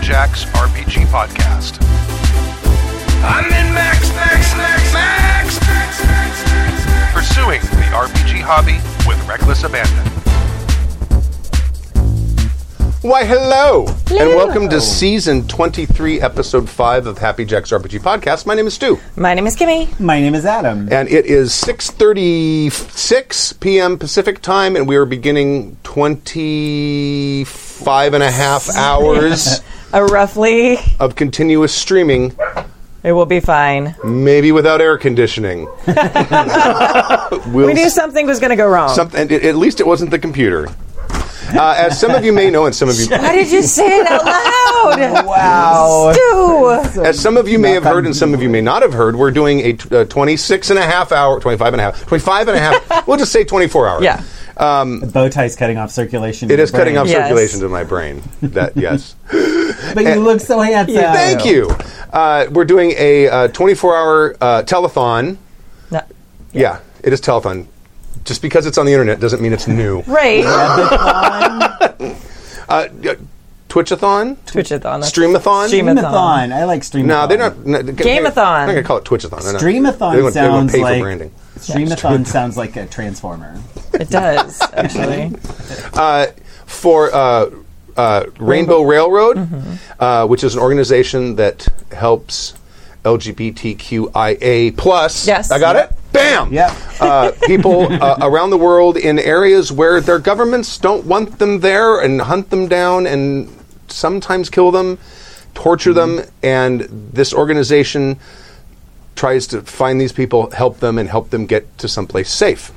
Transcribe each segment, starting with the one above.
Jack's RPG podcast. I'm in max, max, max, max, max, max, max, max. Pursuing the RPG hobby with reckless abandon. Why, hello. And welcome to season 23, episode 5 of Happy Jack's RPG podcast. My name is Stu, My name is Kimmy. My name is Adam. and it is 6:36 p.m. Pacific time and we are beginning 25 and a half hours Uh, roughly, of continuous streaming, it will be fine. maybe without air conditioning. We'll We knew something was going to go wrong. something and at least it wasn't the computer. Uh, as some of you may know and some of you Why did you say it out loud? Wow. Stu! As some of you may have heard and some of you may not have heard, we're doing a, t- a 26 and a half hour, 25 and a half, 25 and a half, we'll just say 24 hour. Yeah. The bow tie's cutting off circulation. It is cutting off Yes. circulation to my brain. That yes, But you look so handsome. Eh. thank you. Uh, we're doing a uh, 24-hour uh, telethon. No. Yeah. it is telethon. Just because it's on the internet doesn't mean it's new. Right. Uh, yeah, Twitchathon, Twitchathon. Streamathon, Streamathon. Streamathon. I like streamathon. No, they're not. No, Gameathon. I'm gonna call it Twitchathon. They're not- they Streamathon won't- they won't sounds pay for like branding. Streamathon sounds like a transformer. It does, actually. for uh, uh, Rainbow Railroad, uh, which is an organization that helps LGBTQIA plus. Yes. I got it. Bam. Yep. Uh, people uh, around the world in areas where their governments don't want them there and hunt them down and sometimes kill them, torture them, Mm-hmm. and this organization tries to find these people, help them, and help them get to someplace safe.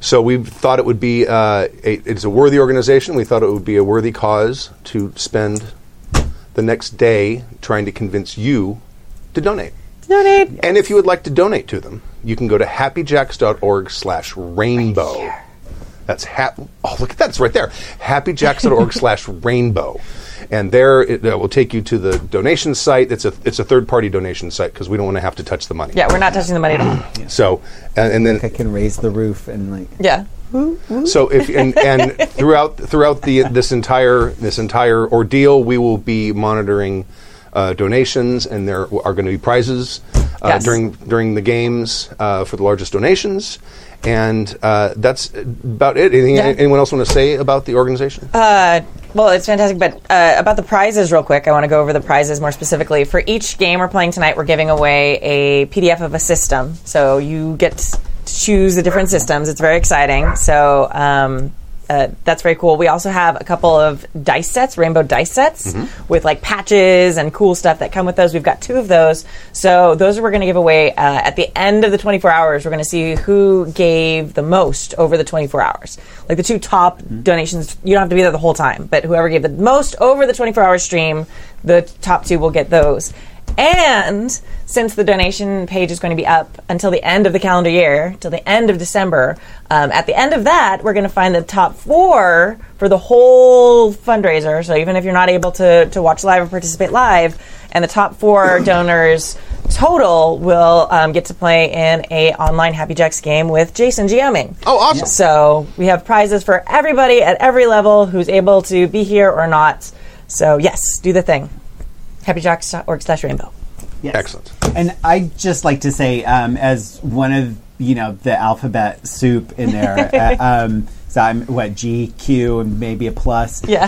So we thought it would be uh, a, it's a worthy organization. We thought it would be a worthy cause to spend the next day trying to convince you to donate. Donate. And if you would like to donate to them, you can go to happyjacks.org/rainbow. That's hap. Oh, look at that! It's right there. Happyjacks.org/rainbow, and there it, that will take you to the donation site. It's a it's a third party donation site because we don't want to have to touch the money. Yeah, we're not touching the money at all. So and, and then I can raise the roof and like. Yeah. So if and, and throughout throughout the this entire this entire ordeal, we will be monitoring uh, donations, and there are going to be prizes uh, Yes. during during the games uh, for the largest donations. And uh, that's about it. Anything, Yeah. Anyone else want to say about the organization? Uh, well, it's fantastic. But uh, about the prizes, real quick, I want to go over the prizes more specifically. For each game we're playing tonight, we're giving away a PDF of a system. So you get to choose the different systems. It's very exciting. So um, uh, that's very cool. We also have a couple of dice sets, rainbow dice sets, with like patches and cool stuff that come with those. We've got two of those. So those we're going to give away uh, at the end of the 24 hours. We're going to see who gave the most over the 24 hours. Like the two top donations, you don't have to be there the whole time, but whoever gave the most over the 24 hour stream, the top two will get those. And since the donation page is going to be up until the end of the calendar year, till the end of December, um, at the end of that, we're going to find the top four for the whole fundraiser. So even if you're not able to, to watch live or participate live, and the top four donors total will um, get to play in a online Happy Jacks game with Jason Geoming. Oh, awesome. So we have prizes for everybody at every level who's able to be here or not. So yes, do the thing. HappyJacks.org slash rainbow. Yes. Excellent. And I just like to say, um, as one of you know the alphabet soup in there. uh, um, so I'm what G Q and maybe a plus. Yeah.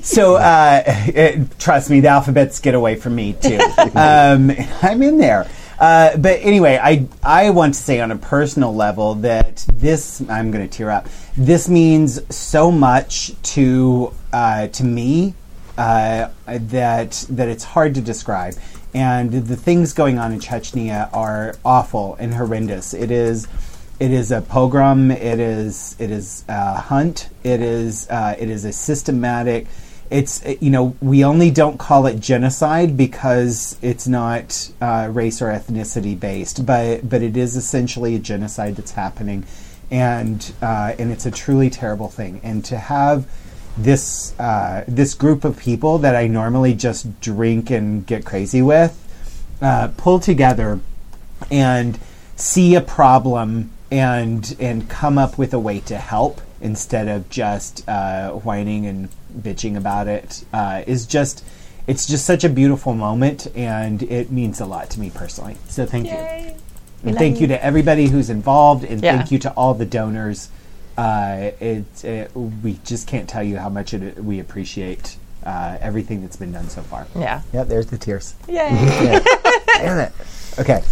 So uh, it, trust me, the alphabets get away from me too. um, I'm in there. Uh, but anyway, I I want to say on a personal level that this I'm going to tear up. This means so much to uh, to me uh, that that it's hard to describe. And the things going on in Chechnya are awful and horrendous. It is it is a pogrom. It is it is a hunt. It is uh, it is a systematic. It's uh, you know we only don't call it genocide because it's not uh, race or ethnicity based, but but it is essentially a genocide that's happening, and uh, and it's a truly terrible thing. And to have this uh, this group of people that I normally just drink and get crazy with uh, pull together and see a problem and and come up with a way to help instead of just uh, whining and bitching about it uh, is just it's just such a beautiful moment and it means a lot to me personally so thank you and thank you to everybody who's involved and Yeah. thank you to all the donors uh, it, it, we just can't tell you how much it, we appreciate uh, everything that's been done so far Yeah. yep there's the tears Yay. damn it okay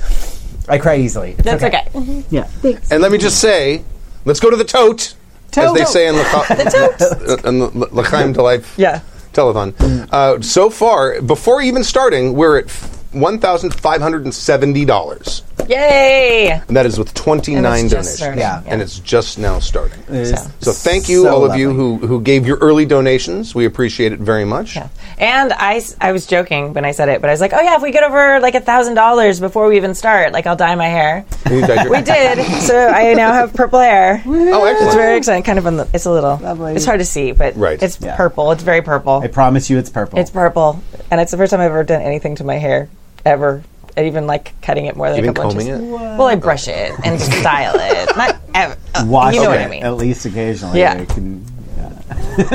i cry easily It's That's okay. Mm-hmm. yeah And let me just say, let's go to the tote, as Tote. they say in L'cha- uh, in the L- L'chaim to Life Yeah. Telethon. Uh, so far, before even starting, we're at $1,570. Yay. And that is with 29 just donations. starting, Yeah. And it's just now starting. It's So thank you, so all of you lovely. who, who gave your early donations. We appreciate it very much. Yeah. And I, s- I was joking when I said it, but I was like, oh yeah, if we get over like a thousand dollars before we even start, like I'll dye my hair. You guys are- We did. So I now have purple hair. Oh, excellent. It's very exciting. Kind of on the. It's a little. Lovely. It's hard to see, but Right. it's Yeah. purple. It's very purple. i promise you it's purple It's purple, and it's the first time I've ever done anything to my hair ever. And even like cutting it more than Even a couple combing inches. it? Well, I brush it and style it. Not ever. uh, Wash you know what it I mean. at least occasionally Yeah. I can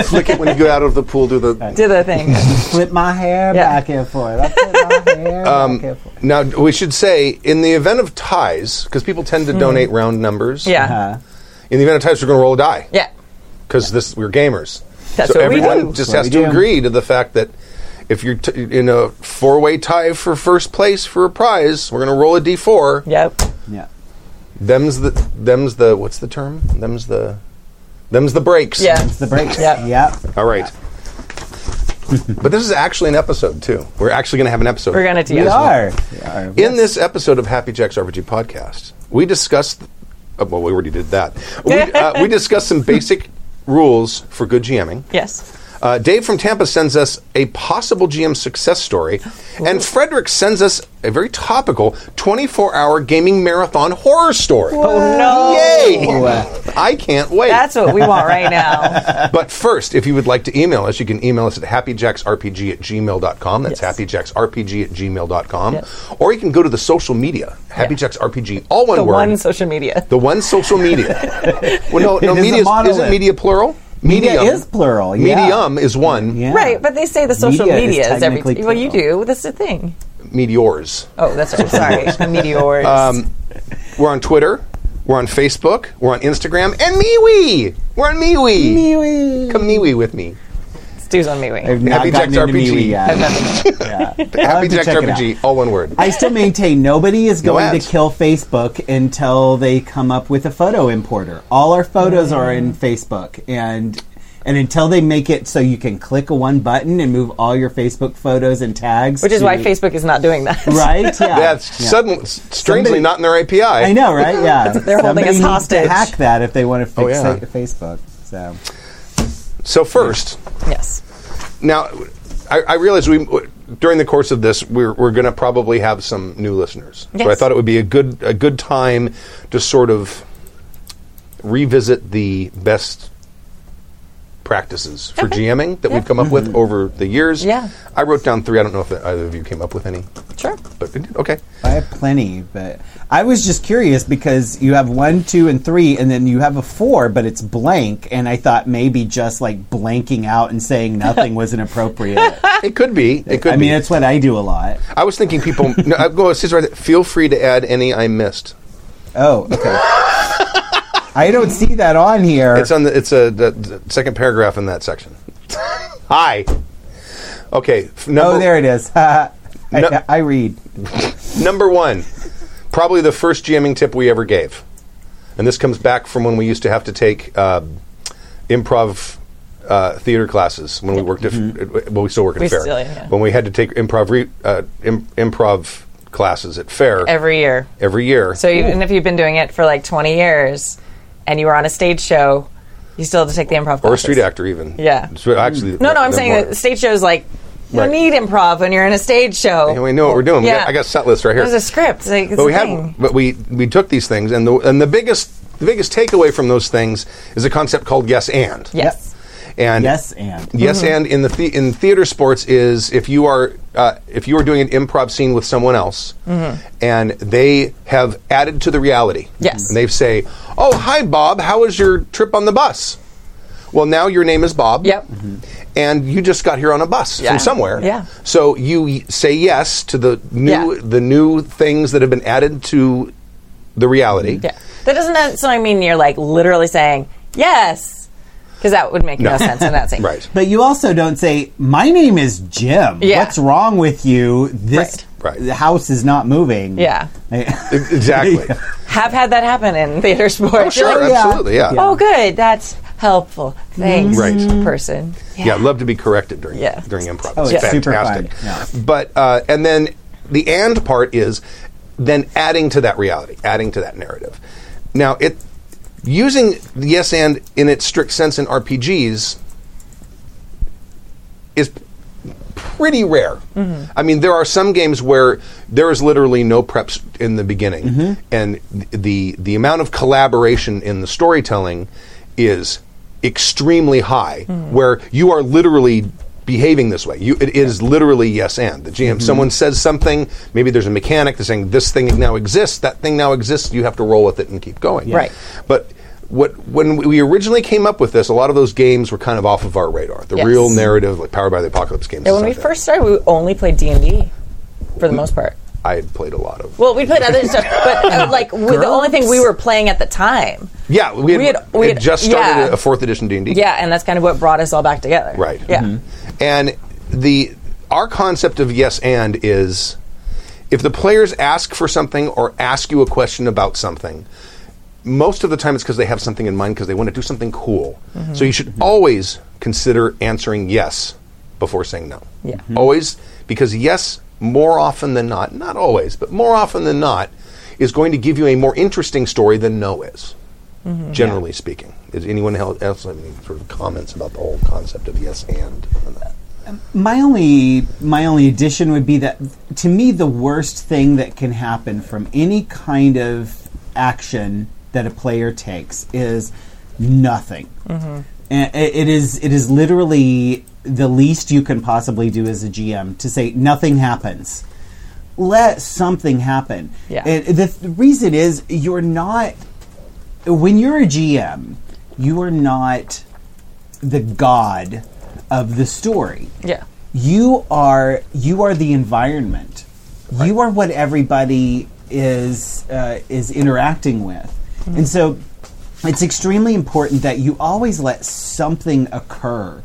Flick it when you go out of the pool, do the Do the thing. flip my hair Yeah. back and forth I flip my hair Um, back and forth Now, we should say, in the event of ties, because people tend to donate round numbers. Hmm. Yeah. uh, In the event of ties, we're going to roll a die. Yeah. Because this we're gamers. That's so what we everyone do. just has That's what to we do. agree to the fact that if you're t- in a four-way tie for first place for a prize, we're going to roll a d4. Yep. yeah Them's the them's the what's the term? Them's the them's the breaks. Yeah. it's the break Yep. yep All right. but this is actually an episode too. We're actually going to have an episode. We're gonna do. we it. are, we are. In this episode of Happy Jack's RPG podcast, we discussed. Uh, well, we already did that. We, uh, we discussed some basic rules for good GMing. Yes. Uh, Dave from Tampa sends us a possible GM success story, Oh. and Frederick sends us a very topical 24-hour gaming marathon horror story. Oh no. Yay! I can't wait. That's what we want right now. But first, if you would like to email us, you can email us at happyjacksrpg at gmail.com. That's Yes. happyjacksrpg at gmail.com. Yes. Or you can go to the social media, happyjacksrpg, all one the word. one social media. the one social media. well, no, no It is a media is, monolith. isn't media plural? Media Medium. is plural, yeah. Medium is one. Yeah. Right, but they say the social Media is media, is, every. technically Well, you plural. do. That's the thing. Meteors. Oh, that's right. Sorry, the meteors. Um, we're on Twitter. We're on Facebook. We're on Instagram. And MeWe! We're on MeWe! MeWe! Come MeWe with me. Stu's on MeWe. I've not Happy gotten Jack's into RPG. MeWe yet. Yeah. I'll Happy have to Jack's check it out. RPG, all one word. I still maintain nobody is No going ads. to kill Facebook until they come up with a photo importer. All our photos are in Mm. Facebook, and and until they make it so you can click a one button and move all your Facebook photos and tags, Which is to- why Facebook is not doing that. right? Yeah, That's Yeah. suddenly, strangely, Somebody- not in their API. I know, right? Yeah, They're holding Somebody us needs to hostage. hack that if they want to fix Oh, yeah. fa- Facebook. So So first, Yes. now I, I realize we during the course of this we're, we're going to probably have some new listeners. So I Yes. thought it would be a good a good time to sort of revisit the best practices for GMing that we've come up with over the years. Yeah. I wrote down three. I don't know if either of you came up with any, Sure. but okay. I have plenty, but I was just curious because you have one, two, and three, and then you have a four, but it's blank. And I thought maybe just like blanking out and saying nothing was inappropriate. It could be. It could I be. mean, that's what I do a lot. I was thinking people. no, I- go. It says right there, Feel free to add any I missed. Oh, okay. I don't see that on here. It's on the. It's a the, the second paragraph in that section. Hi. Okay. f- Number, oh, there it is. I, No. I read. Number one, probably the first GMing tip we ever gave, and this comes back from when we used to have to take uh, improv. Uh, theater classes when we worked at Mm-hmm. well we still work at We fair still, yeah. when we had to take improv re, uh, im- improv classes at fair Every year. every year So even if you've been doing it for like 20 years and you were on a stage show, you still have to take the or improv a classes. street actor even Yeah. So actually No, no, I'm they're saying more- that stage shows like you Right. don't need improv when you're in a stage show. Yeah, we know what we're doing. We got- Yeah. I got a set list right here. There's a script. It's like, it's but a we thing. had, but we we took these things, and the and the biggest the biggest takeaway from those things is a concept called yes and. yes. And Yes, and. yes Mm-hmm. and in the, the in theater sports is if you are uh, if you are doing an improv scene with someone else, and they have added to the reality. Mm-hmm. Yes. And they say, "Oh, hi Bob, how was your trip on the bus?" Well, now your name is Bob. Mm-hmm. Yep. And you just got here on a bus Yeah. from somewhere. Yeah. So you y- say yes to the new Yeah. the new things that have been added to the reality. Yeah. That doesn't necessarily mean you're like literally saying yes, because that would make no, sense in that scene. Right. But you also don't say, "My name is Jim. Yeah. What's wrong with you? This Right. Right. the house is not moving." Yeah. I- Exactly. Have had that happen in theater sports. Oh, sure. You're like, Absolutely. Yeah. Oh, good. That's helpful. Thanks, Right. person. Yeah, I'd love to be corrected during Yeah. during improv. Oh, it's it's super fantastic. fun. Yeah. But uh, and then the and part is then adding to that reality, adding to that narrative. Now it using the yes and in its strict sense in RPGs is pretty rare. Mm-hmm. I mean, there are some games where there is literally no preps in the beginning, Mm-hmm. and th- the the amount of collaboration in the storytelling is extremely high, Mm-hmm. where you are literally behaving this way. You, it is literally yes and the GM. Mm-hmm. Someone says something. Maybe there's a mechanic that's saying this thing now exists, that thing now exists. You have to roll with it and keep going. Right. But what when we originally came up with this, a lot of those games were kind of off of our radar. The Yes. real narrative, like Powered by the Apocalypse games. And and when we stuff like first started, we only played D and D for the most part. that. I had played a lot of. Well, we played other stuff, but uh, like we, the only thing we were playing at the time. yeah, we had, we had- we it had- just started yeah. a- a fourth edition D and D. Yeah, and that's kind of what brought us all back together. Right. Mm-hmm. Yeah. And the our concept of yes and is if the players ask for something or ask you a question about something, most of the time it's because they have something in mind because they want to do something cool. So you should always consider answering yes before saying no. Yeah. Always because yes more often than not, not always, but more often than not is going to give you a more interesting story than no is Mm-hmm. generally speaking. Does anyone hel- else have any sort of comments about the whole concept of yes and? on that? my only my only addition would be that to me the worst thing that can happen from any kind of action that a player takes is nothing. Mm-hmm. And it it is it is literally the least you can possibly do as a GM to say nothing happens. Let something happen. Yeah. And the th- reason is you're not when you're a GM, you are not the god of the story. Yeah. You are you are the environment. You are what everybody is uh, is interacting with, and so it's extremely important that you always let something occur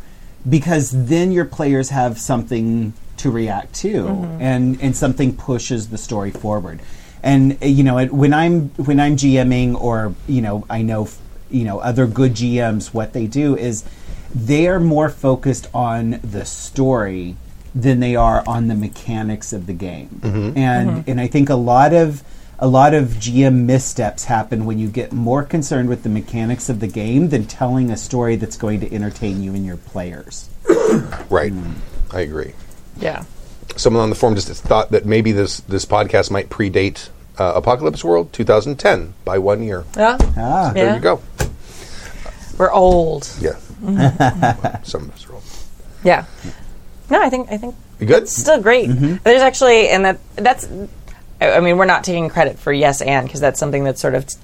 because then your players have something to react to and and something pushes the story forward and uh, you know it, when i'm when i'm gming or you know i know f- you know other good gms what they do is they are more focused on the story than they are on the mechanics of the game Mm-hmm. and and i think a lot of a lot of GM missteps happen when you get more concerned with the mechanics of the game than telling a story that's going to entertain you and your players. Right, Mm. I agree. Yeah. Someone on the forum just thought that maybe this this podcast might predate uh, Apocalypse World 2010 by one year. Yeah. Ah, There Yeah. you go. We're old. Yeah, Mm-hmm. some of us are old. Yeah. No, I think I think You good? it's still great. Mm-hmm. There's actually, and that that's. I I mean, we're not taking credit for yes and because that's something that's sort of t-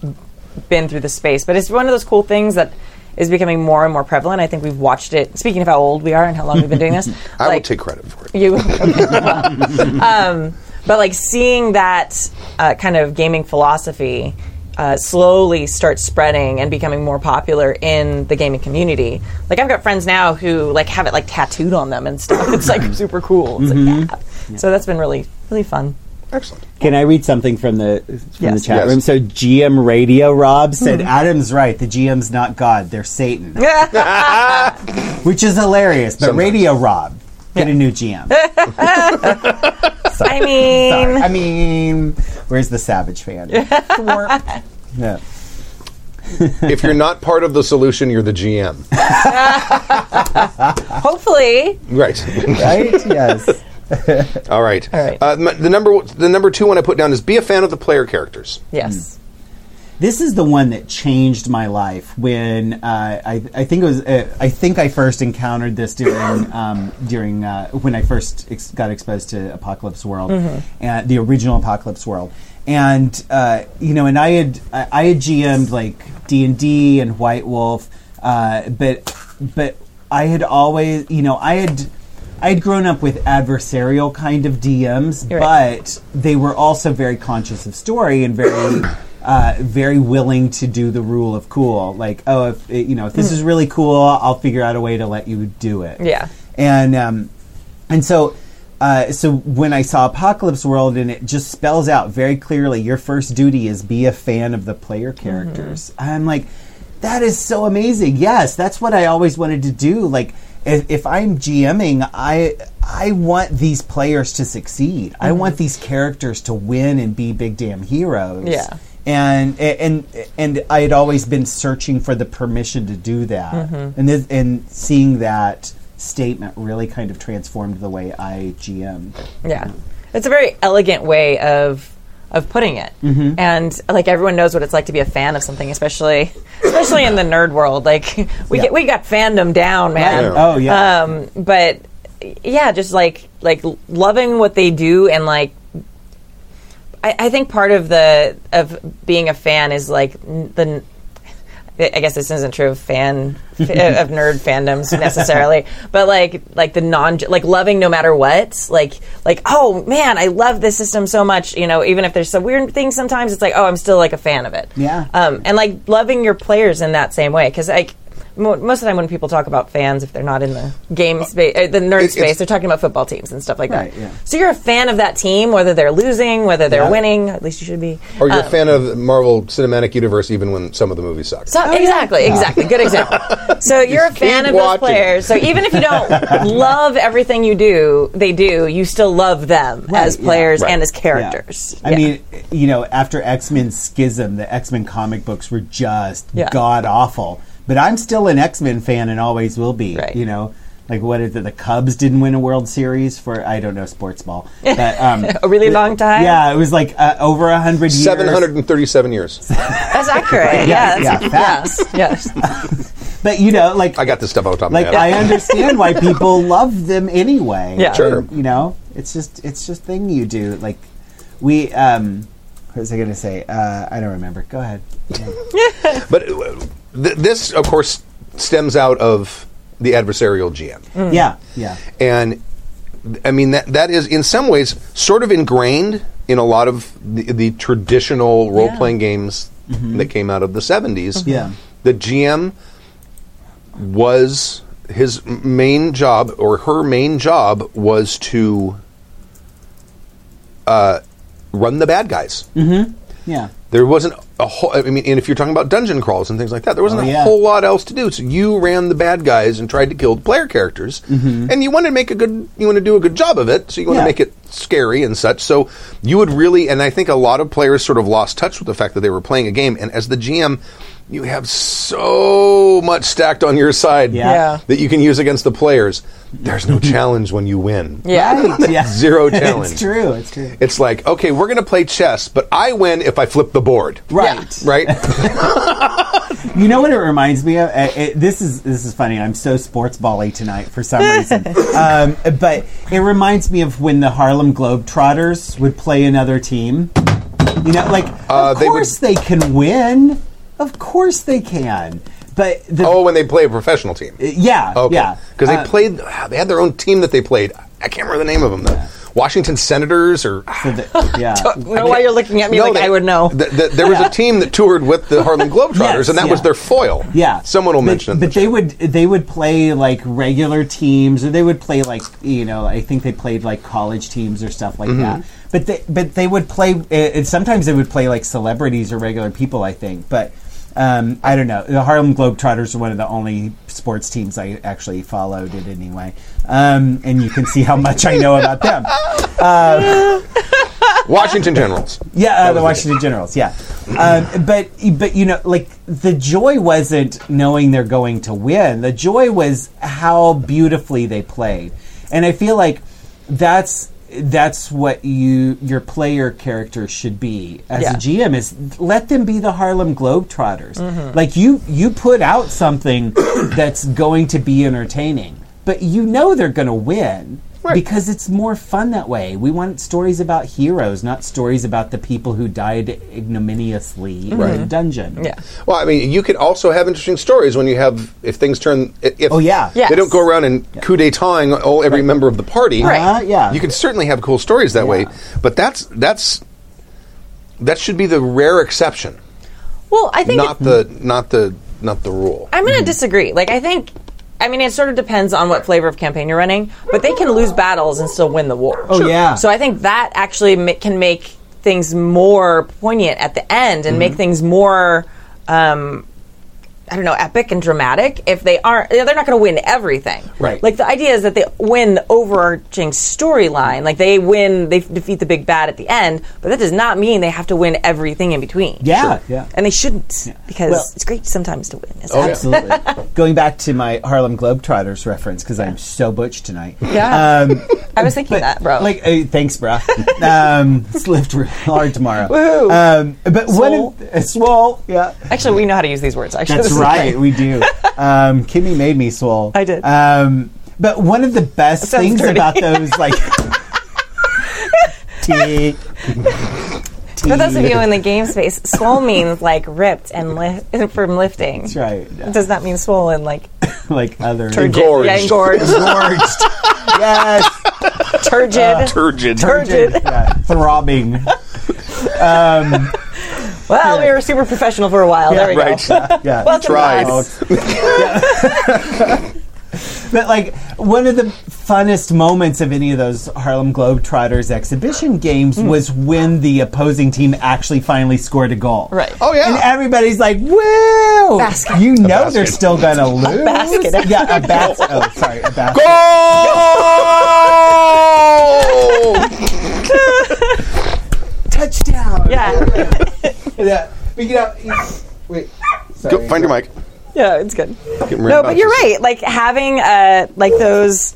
been through the space, but it's one of those cool things that is becoming more and more prevalent. I think we've watched it. Speaking of how old we are and how long we've been doing this, I will like, take credit for it. you. okay, well, um, but like seeing that uh, kind of gaming philosophy uh, slowly start spreading and becoming more popular in the gaming community. Like I've got friends now who like have it like tattooed on them and stuff. It's like super cool. It's like, yeah. So that's been really really fun. Excellent. Can I read something from the from Yes. the chat Yes. room? So GM Radio Rob said, said Hmm. Adam's right. The GM's not God; they're Satan, which is hilarious. But Sometimes. Radio Rob, get a new GM. I mean, I mean, where's the Savage fan? yeah. if you're not part of the solution, you're the GM. hopefully, Right. Right? Yes. All right. All right. Uh, m- the number the number two one I put down is be a fan of the player characters. yes. This is the one that changed my life when uh, I, I think it was uh, I think I first encountered this during um, during uh, when I first ex- got exposed to Apocalypse World Mm-hmm. and the original Apocalypse World and uh, you know and I had I, I had GM'd like D and D and White Wolf uh, but but I had always, you know, I had. I had grown up with adversarial kind of DMs, You're right. but they were also very conscious of story and very, uh, very willing to do the rule of cool. Like, oh, if you know, if this is really cool, I'll figure out a way to let you do it Yeah. and um, and so uh, so when I saw Apocalypse World and it just spells out very clearly your first duty is be a fan of the player characters. I'm like, that is so amazing. Yes, that's what I always wanted to do. Like. If, if I'm GMing, I I want these players to succeed. I want these characters to win and be big damn heroes Yeah. and and and I had always been searching for the permission to do that, Mm-hmm. and this, and seeing that statement really kind of transformed the way I GM. Yeah, it's a very elegant way of of putting it, Mm-hmm. and like everyone knows what it's like to be a fan of something, especially especially in the nerd world. Like we Yeah. get, we got fandom down, man. Yeah. Oh yeah, Um, but yeah, just like like loving what they do and like. I, I think part of the of being a fan is like n- the n- I guess this isn't true of fan of nerd fandoms necessarily, but like like the non like loving no matter what, like like oh man, I love this system so much. You know, even if there's some weird things sometimes, it's like oh, I'm still like a fan of it. Yeah. Um, and like loving your players in that same way because like. mo- Most of the time, when people talk about fans, if they're not in the game space, uh, the nerd it's- space, they're talking about football teams and stuff like Right, that. yeah. So you're a fan of that team, whether they're losing, whether they're Yeah. winning. At least you should be. uh, Or you're a fan of the Marvel Cinematic Universe, even when some of the movies suck. So, exactly, exactly. Good example. So you're a fan of those watching. players. So even if you don't love everything you do, they do. You still love them as yeah. players Right. and as Yeah. characters. I Yeah. mean, you know, after X Men Schism, the X Men comic books were just Yeah. god awful. But I'm still an X Men fan and always will be. Right. You know, like what is it? The Cubs didn't win a World Series for I don't know sports ball, but um, a really long time. yeah, it was like uh, over a hundred years. 737 years. that's accurate. Yeah, yeah, that's, facts. yes, yes. But you know, like I got this stuff out of top of my like head. I understand why people love them anyway. Yeah. Sure. And, you know, it's just it's just thing you do. Like we um what was I gonna say? Uh, I don't remember. Go ahead. But uh, th- this, of course, stems out of the adversarial GM. Yeah, yeah. And I mean, that that is in some ways sort of ingrained in a lot of the, the traditional role playing games that came out of the 70s. Yeah. The GM was his m- main job or her main job was to uh, run the bad guys. Yeah. There wasn't a whole. I mean, and if you're talking about dungeon crawls and things like that, there wasn't Oh, a yeah. whole lot else to do. So you ran the bad guys and tried to kill the player characters, and you wanted to make a good. You want to do a good job of it, so you want Mm-hmm. Yeah. to make it scary and such. So you would really, and I think a lot of players sort of lost touch with the fact that they were playing a game. And as the GM, you have so much stacked on your side Yeah. Yeah. that you can use against the players. There's no challenge when you win. Yeah. Right. Yeah. Zero challenge. it's true, it's true. It's like, okay, we're going to play chess, but I win if I flip the board. Right. Right? You know what it reminds me of? Uh, it, this is this is funny. I'm so sports bally tonight for some reason. um, but it reminds me of when the Harlem Globetrotters would play another team. You know, like Uh, of they would- course they, can win. Of course they can. But the, Oh, when they play a professional team. yeah, yeah, Because Uh, they played, they had their own team that they played. I can't remember the name of them. The Washington Senators or. so the- yeah. know why you're looking at me like they- I would know. th- th- there was a team that toured with the Harlem Globetrotters, Yes, and that was yeah. their foil. Yeah, Someone will but, mention it. But they would they would play like regular teams, or they would play like you know I think they played like college teams or stuff Mm-hmm. like that. But they but they would play. uh, And sometimes they would play like celebrities or regular people. I think, but. Um, I don't know. The Harlem Globetrotters are one of the only sports teams I actually followed in any way, um, and you can see how much I know about them. Washington Generals. Yeah, uh, the was Washington Generals. Yeah, um, but but you know, like the joy wasn't knowing they're going to win. The joy was how beautifully they played, and I feel like that's that's what you your player character should be as Yeah. a GM is let them be the Harlem Globetrotters. Like you you put out something that's going to be entertaining, but you know they're going to win. Because it's more fun that way. We want stories about heroes, not stories about the people who died ignominiously in the dungeon. Yeah. Well, I mean, you could also have interesting stories when you have if things turn. i- If Oh, yeah. Yes. they don't go around and coup d'étating all every member of the party. Uh, yeah. You can certainly have cool stories that way, Yeah. but that's that's that should be the rare exception, Well, I think not the not the not the rule. I'm Mm. going to disagree. Like, I think, I mean, it sort of depends on what flavor of campaign you're running, but they can lose battles and still win the war. Oh, Sure. yeah. So I think that actually ma- can make things more poignant at the end and make Mm-hmm. things more. Um, I don't know, epic and dramatic. If they aren't, you know, they're not going to win everything. Right. Like the idea is that they win the overarching storyline. Like they win, they f- defeat the big bad at the end, but that does not mean they have to win everything in between. Yeah, Sure. yeah. And they shouldn't because Well- it's great sometimes to win. It's Oh, yeah. Absolutely. Going back to my Harlem Globetrotters reference, because I'm so butch tonight. Yeah. Um, I was thinking that, bro. Like, uh, thanks, bro. um, it's lived real hard tomorrow. Um, but Swole. what? If, uh, swole. Yeah. actually, we know how to use these words. Actually, That's This is right, great. we do. Um, Kimmy made me swole. I did. Um, but one of the best sounds things dirty. about those, like, tea. For those of you in the game space, swole means like ripped and li- from lifting. That's right. It does not mean swollen like like other Engorged. Yeah, engorged, engorged. yes, turgid, Turgid. turgid. Yeah, throbbing. Well, we were super professional for a while. there we go. Right. Yeah, Welcome Tried. back. Oh, But like one of the funnest moments of any of those Harlem Globetrotters exhibition games Hmm. was when the opposing team actually finally scored a goal. Right. Oh, yeah. And everybody's like, "Woo!" Basket. You know they're basket. still gonna lose. basket. Yeah, a basket. oh, sorry, a basket. Oh! Goal! Touchdown. Yeah, Yeah. But you know, wait. Sorry. Go, find your mic. yeah, it's good. Get No, but you're right. Like having uh, like those.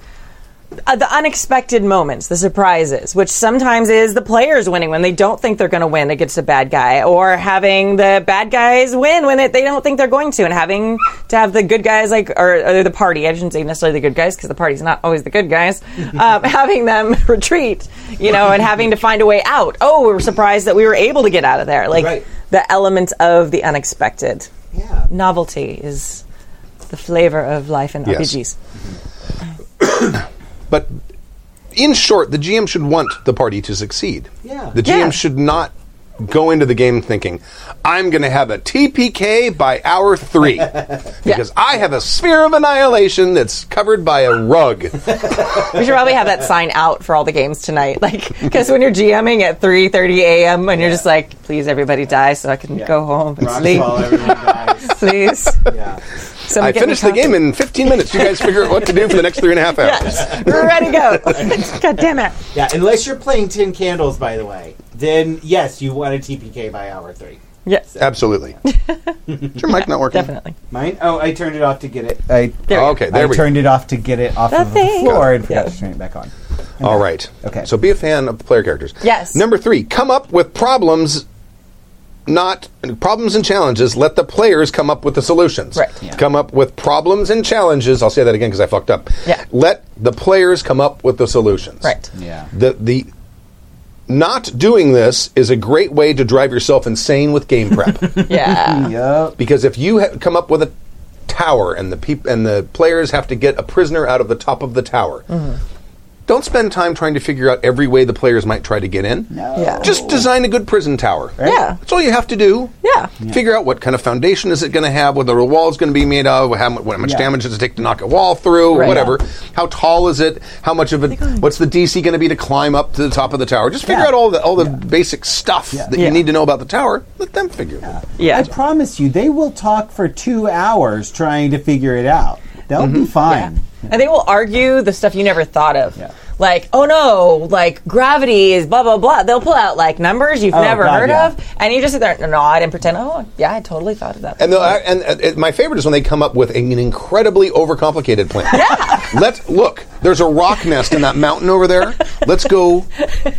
Uh, the unexpected moments, the surprises, which sometimes is the players winning when they don't think they're going to win against a bad guy, or having the bad guys win when it, they don't think they're going to, and having to have the good guys like or, or the party. I shouldn't say necessarily the good guys because the party's not always the good guys. Um, having them retreat, you know, and having to find a way out. Oh, we were surprised that we were able to get out of there. Like Right. the element of the unexpected. Yeah. Novelty is the flavor of life in Yes. RPGs. But in short, the GM should want the party to succeed. Yeah. The GM Yeah. should not go into the game thinking, I'm going to have a TPK by hour three because I have a sphere of annihilation that's covered by a rug. We should probably have that sign out for all the games tonight, like because when you're GMing at 3:30 a.m. and you're just like, please everybody die so I can go home and Rock sleep, ball, everyone dies. please. Yeah. Someone I get me finished the coffee. game in 15 minutes. You guys figure out what to do for the next three and a half hours. Yes, we're ready to go. God damn it! Yeah, unless you're playing Tin Candles, by the way, then yes, you want a TPK by hour three. Yes, Absolutely. Is your mic not working? definitely. Mine? Oh, I turned it off to get it. I Oh, Okay, there I we go. turned it off to get it off of the Nothing. floor and forgot to turn it back on. All right. Okay. So be a fan of the player characters. Yes. Number three, come up with problems, not problems and challenges. Let the players come up with the solutions. Right. Yeah. Come up with problems and challenges. I'll say that again because I fucked up. Yeah. Let the players come up with the solutions. Right. Yeah. The the not doing this is a great way to drive yourself insane with game prep. Yeah. Yup. because if you ha- come up with a tower and the peop- and the players have to get a prisoner out of the top of the tower, Mm-hmm. don't spend time trying to figure out every way the players might try to get in. Yeah. Just design a good prison tower. Yeah. that's all you have to do. Yeah. Yeah. figure out what kind of foundation is it going to have, whether the wall is going to be made of, how, mu- what much Yeah. damage does it take to knock a wall through, Right. whatever. How tall is it? How much of it? What's the DC going to be to climb up to the top of the tower? Just figure Yeah. out all the all the basic stuff that Yeah. you need to know about the tower. Let them figure. it out. Yeah. I promise you, they will talk for two hours trying to figure it out. They'll Mm-hmm. be fine. And they will argue the stuff you never thought of. Like, oh no, like gravity is blah blah blah. They'll pull out like numbers you've Oh, never God, heard yeah. of, and you just sit there and nod and pretend, oh yeah, I totally thought of that. And, they'll- and uh, it- my favorite is when they come up with an incredibly overcomplicated plan. Let's look. There's a rock nest in that mountain over there. Let's go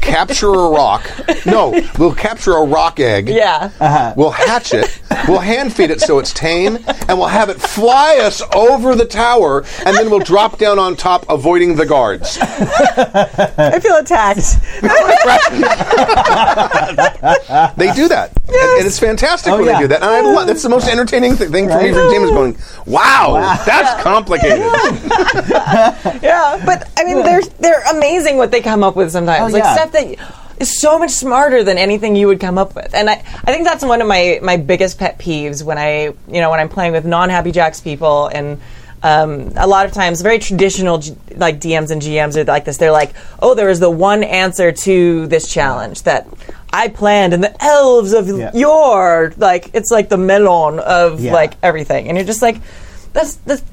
capture a rock. No, we'll capture a rock egg. yeah. Uh-huh. We'll hatch it. We'll hand feed it so it's tame, and we'll have it fly us over the tower, and then we'll drop down on top, avoiding the guards. I feel attacked. They do that, And- and, it's fantastic when yeah. they do that. And I love that's the most entertaining th- thing for me from James going, "Wow, that's complicated." yeah, but I mean, they're they're amazing what they come up with sometimes. Oh, like yeah. stuff that is so much smarter than anything you would come up with. And I, I think that's one of my my biggest pet peeves when I you know when I'm playing with non Happy Jacks people and. Um, a lot of times, very traditional, G- like DMs and GMs are like this. They're like, "Oh, there is the one answer to this challenge that I planned, and the elves of Yeah. yore, like it's like the melon of Yeah. like everything." And you're just like, "That's that's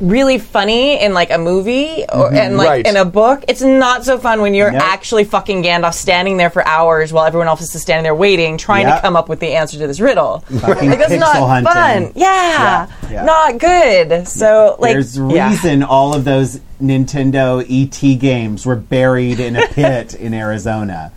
really funny in like a movie or, Mm-hmm. and like Right. in a book. It's not so fun when you're Nope. actually fucking Gandalf standing there for hours while everyone else is standing there waiting, trying to Yeah. come up with the answer to this riddle. Fucking like that's pixel not hunting. fun. Yeah. Yeah, yeah. not good. So like, There's yeah. reason all of those Nintendo ET games were buried in a pit in Arizona.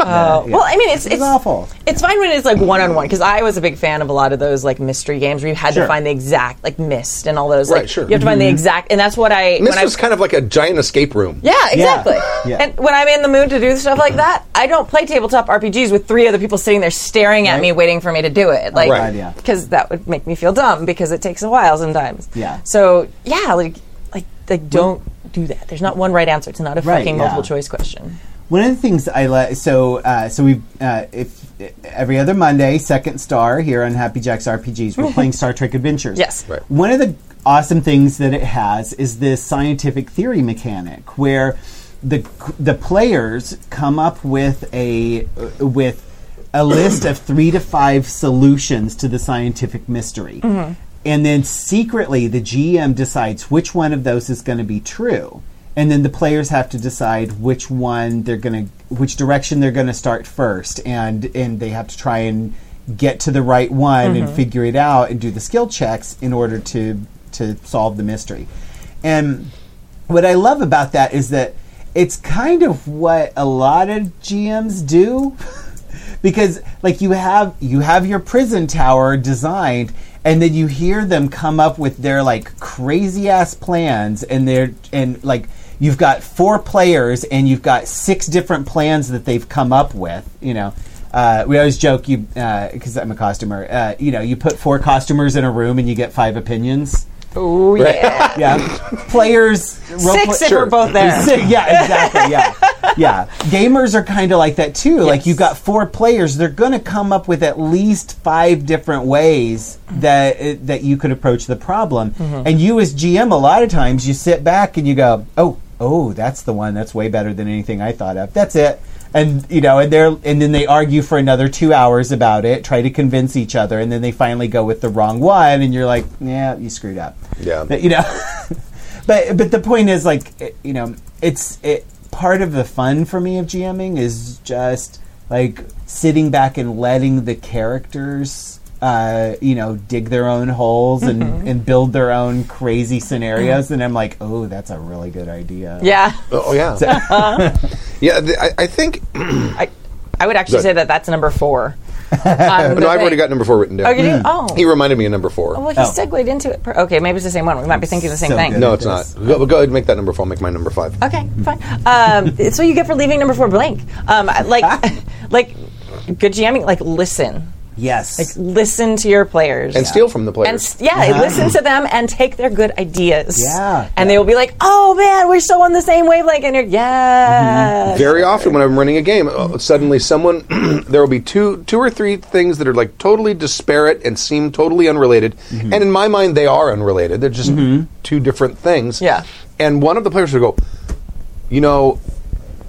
Uh, Well, I mean, it's It's it's awful. It's fine when it's like one on one because I was a big fan of a lot of those like mystery games where you had to Sure. Mm-hmm. find the exact like mist and all those. Right, like, sure. You have to find the exact, and that's what I This when I was kind of like a giant escape room. Yeah, exactly. Yeah. And when I'm in the mood to do stuff like that, I don't play tabletop RPGs with three other people sitting there staring at Right. me, waiting for me to do it. Like, Right. Yeah. because that would make me feel dumb because it takes a while sometimes. Yeah. So yeah, like, like, like, don't do that. There's not one right answer. It's not a Right, fucking yeah. multiple choice question. One of the things I like, so uh, so we uh, if every other Monday, second star here on Happy Jacks RPGs, we're playing Star Trek Adventures. Yes. Right. One of the awesome things that it has is this scientific theory mechanic where the the players come up with a with a list of three to five solutions to the scientific mystery. And then secretly, the GM decides which one of those is going to be true, and then the players have to decide which one they're going to, which direction they're going to start first, and and they have to try and get to the right one and figure it out and do the skill checks in order to to solve the mystery. And what I love about that is that it's kind of what a lot of GMs do because like you have you have your prison tower designed and then you hear them come up with their like crazy ass plans and they're and like you've got four players and you've got six different plans that they've come up with you know uh, we always joke you because i'm a costumer uh, you know you put four costumers in a room and you get five opinions Oh yeah. yeah players role Six play- if we're both there. Si- yeah, exactly. Yeah, yeah. Gamers are kind of like that too. Like you got four players, they're going to come up with at least five different ways that uh, that you could approach the problem. And you, as GM, a lot of times you sit back and you go, "Oh, oh, that's the one. That's way better than anything I thought of. That's it." And you know, and they're and then they argue for another two hours about it, try to convince each other, and then they finally go with the wrong one, and you're like, "Yeah, you screwed up." Yeah. But, you know. but but the point is like it- you know it's it, part of the fun for me of GMing is just like sitting back and letting the characters uh, you know dig their own holes and, Mm-hmm. and build their own crazy scenarios and I'm like oh that's a really good idea yeah. Oh yeah. yeah, th- I, I think. I, I would actually Good. say that that's number four. Um, No, I've already got number four written down. Oh, you did? Oh. He reminded me of number four. Well, he segued into it. per- Okay, maybe it's the same one. We might be thinking the same Oh. So thing. good. no, it's Yes. not. Go, go ahead and make that number four. I'll make my number five. Okay, fine. Um, it's what you get for leaving number four blank. Um, I- like, like good GMing. Like, listen, yes listen to your players, And steal from the players. Uh-huh. And s- yeah, listen to them and take their good ideas. Yeah. and they will be like, "Oh man, we're so on the same wavelength." And you're, Mm-hmm. yeah, Very often, when I'm running a game, uh, suddenly someone there will be two, two or three things that are like totally disparate and seem totally unrelated. And in my mind, they are unrelated. They're just two different things. Yeah. And one of the players will go, you know,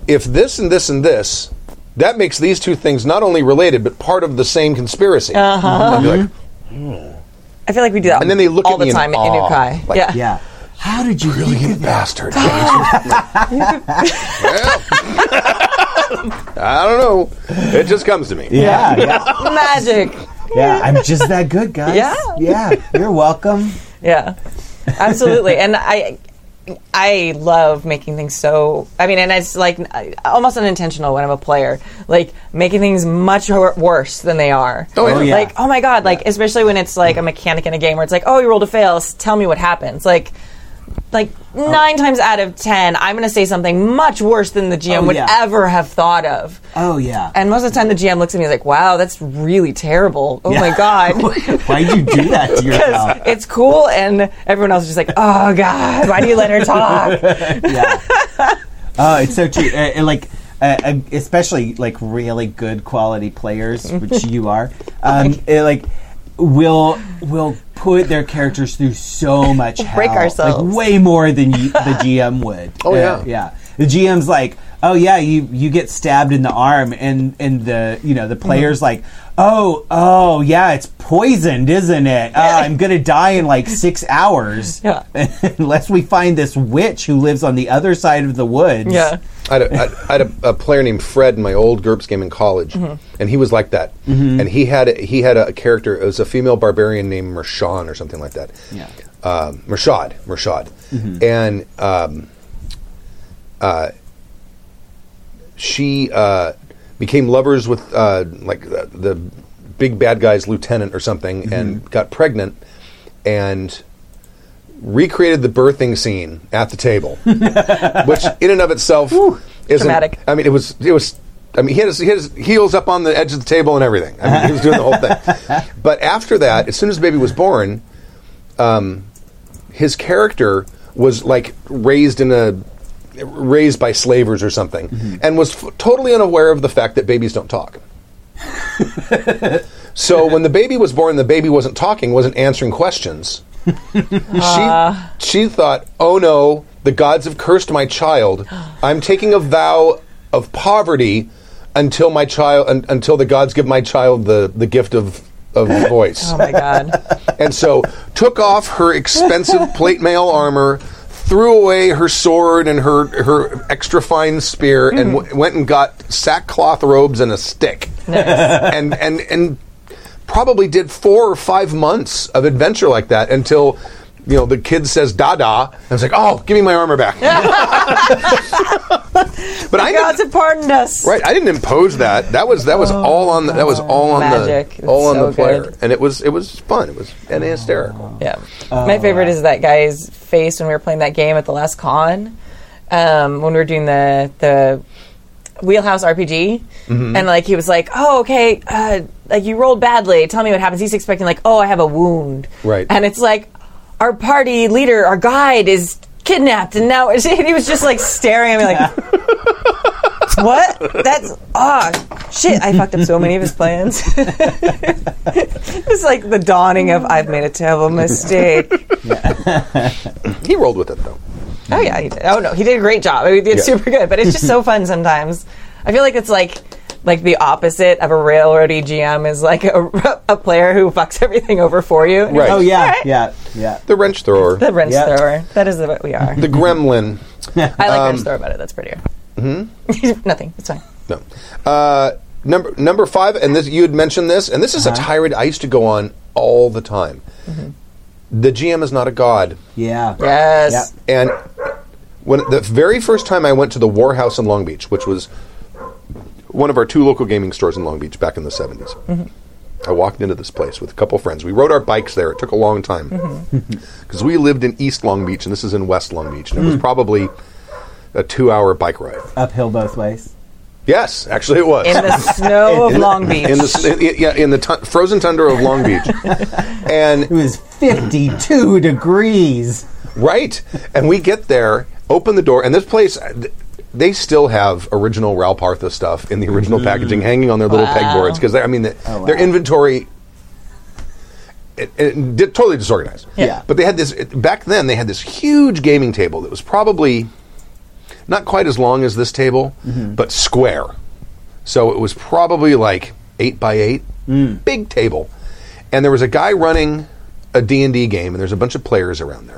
if this and this and this, that makes these two things not only related but part of the same conspiracy. Uh-huh. I'll be like, I feel like we do that. And then they look all at the me in time at awe, Inukai. like, yeah. yeah how did you think brilliant bastard. Well, I don't know. It just comes to me. yeah yeah magic. yeah I'm just that good guys Yeah. yeah you're welcome Yeah, absolutely. and I, I love making things so. I mean, and it's like I- almost unintentional when I'm a player, like making things much wor- worse than they are. Oh, yeah. Oh, yeah. Like, oh my god, like especially when it's like a mechanic in a game where it's like, oh, you rolled a fail. s- Tell me what happens. Like. like nine times out of ten, I'm going to say something much worse than the GM Oh, would yeah. ever have thought of. Oh yeah. And most of the time, the GM looks at me like, "Wow, that's really terrible. Oh my god." Why'd you do that to yourself? Oh. Because it's cool, and everyone else is just like, "Oh God, why do you let her talk?" yeah. Oh, it's so true. Uh, uh, like, uh, uh, especially like really good quality players, which you are. Um, uh, like, will will put their characters through so much hell, break ourselves. like way more than you, the GM would. Uh, Oh, yeah. yeah. The GM's like, oh yeah, you you get stabbed in the arm, and and the you know the players like. Oh, oh, yeah! It's poisoned, isn't it? Uh, I'm gonna die in like six hours. Yeah. unless we find this witch who lives on the other side of the woods. Yeah. I had, a, I, I had a, a player named Fred in my old GURPS game in college, and he was like that. And he had a, he had a character. It was a female barbarian named Mershawn or something like that. Yeah. um, Mershad, Mershad, and um, uh, she uh, became lovers with uh, like the, the big bad guy's lieutenant or something, and got pregnant, and recreated the birthing scene at the table, which in and of itself is Traumatic. I mean, it was it was. I mean, he had, his, he had his heels up on the edge of the table and everything. I mean, he was doing the whole thing. But after that, as soon as the baby was born, um, his character was like raised in a raised by slavers or something and was f- totally unaware of the fact that babies don't talk so when the baby was born the baby wasn't talking wasn't answering questions she she thought oh no the gods have cursed my child i'm taking a vow of poverty until my child un- until the gods give my child the the gift of of voice Oh my God. and so took off her expensive plate mail armor, threw away her sword and her her extra fine spear, and w- went and got sackcloth robes and a stick, and and and probably did four or five months of adventure like that until. You know, the kid says "dada," and I was like, "Oh, give me my armor back." but I didn't, God's have pardoned us. right, I didn't impose that. That was that was all on the, that was all on Oh, Magic. It's the all on so the player, good. and it was it was fun. It was and hysterical. Yeah. Oh. My favorite is that guy's face when we were playing that game at the last con, um, when we were doing the the wheelhouse RPG, and like he was like, "Oh, okay, uh, like you rolled badly. Tell me what happens." He's expecting like, "Oh, I have a wound," Right. And it's like, our party leader, our guide is kidnapped, and now and he was just like staring at me like. What? That's ah shit! I fucked up so many of his plans. It's like the dawning of I've made a terrible mistake. He rolled with it though. oh yeah, he did. oh no, he did a great job. He did Yeah. super good, but it's just so fun sometimes. I feel like it's like like the opposite of a railroady GM is like a, a player who fucks everything over for you. Right. Oh yeah, Alright. yeah, yeah. The wrench thrower, The wrench Yeah. thrower. That is what we are. the um, gremlin. I like wrench thrower better. That's prettier. Hmm? Mm-hmm. Nothing. It's fine. No. Uh, number number five, and this you had mentioned this, and this is Uh-huh. a tirade I used to go on all the time. Mm-hmm. The GM is not a god, Yeah. Yes. Yeah. and when the very first time I went to the War House in Long Beach, which was one of our two local gaming stores in Long Beach back in the 70s I walked into this place with a couple friends. We rode our bikes there. It took a long time Mm-hmm. because we lived in East Long Beach, and this is in West Long Beach, and it was Mm. probably a two-hour bike ride. Uphill both ways. Yes, actually, it was In the snow of Long Beach. in the in, yeah in the tu- frozen tundra of Long Beach, It and was 52 degrees. right, and we get there, open the door, and this place. uh, th- They still have original Ralph Partha stuff in the original packaging, hanging on their little pegboards because I mean, the, their Mm. Oh, wow. inventory it, it did, totally disorganized. Yeah. But they had this it- back then. They had this huge gaming table that was probably not quite as long as this table, Mm-hmm. but square. So it was probably like eight by eight, Mm. big table, and there was a guy running a D and D game, and there's a bunch of players around there.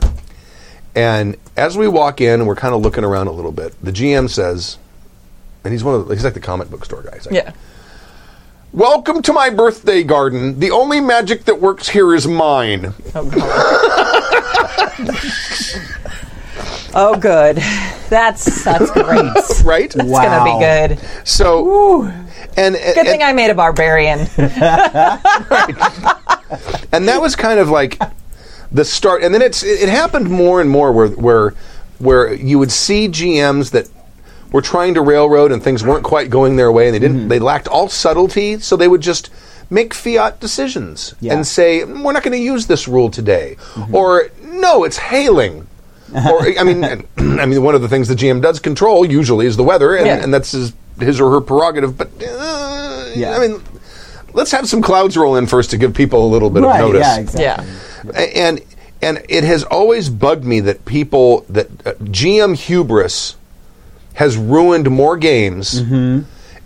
And as we walk in, we're kind of looking around a little bit. The GM says, and he's one of the, he's like the comic book store guy. He's like, yeah. Welcome to my birthday garden. The only magic that works here is mine. Oh, God. oh good. That's that's great. Right? It's gonna Wow. be good. So, and Good thing I made a barbarian. and that was kind of like the start, and then it's it, it happened more and more where where where you would see GMs that were trying to railroad and things weren't quite going their way, and they didn't Mm-hmm. they lacked all subtlety, so they would just make fiat decisions Yeah. Mm-hmm. and say we're not going to use this rule today, or no, it's hailing. or I mean, I mean, one of the things the GM does control usually is the weather, and, Yeah. and that's his, his or her prerogative. But uh, Yeah. I mean, let's have some clouds roll in first to give people a little bit Right, of notice. yeah, exactly. Yeah. A- And and it has always bugged me that people that uh, GM hubris has ruined more games Mm-hmm.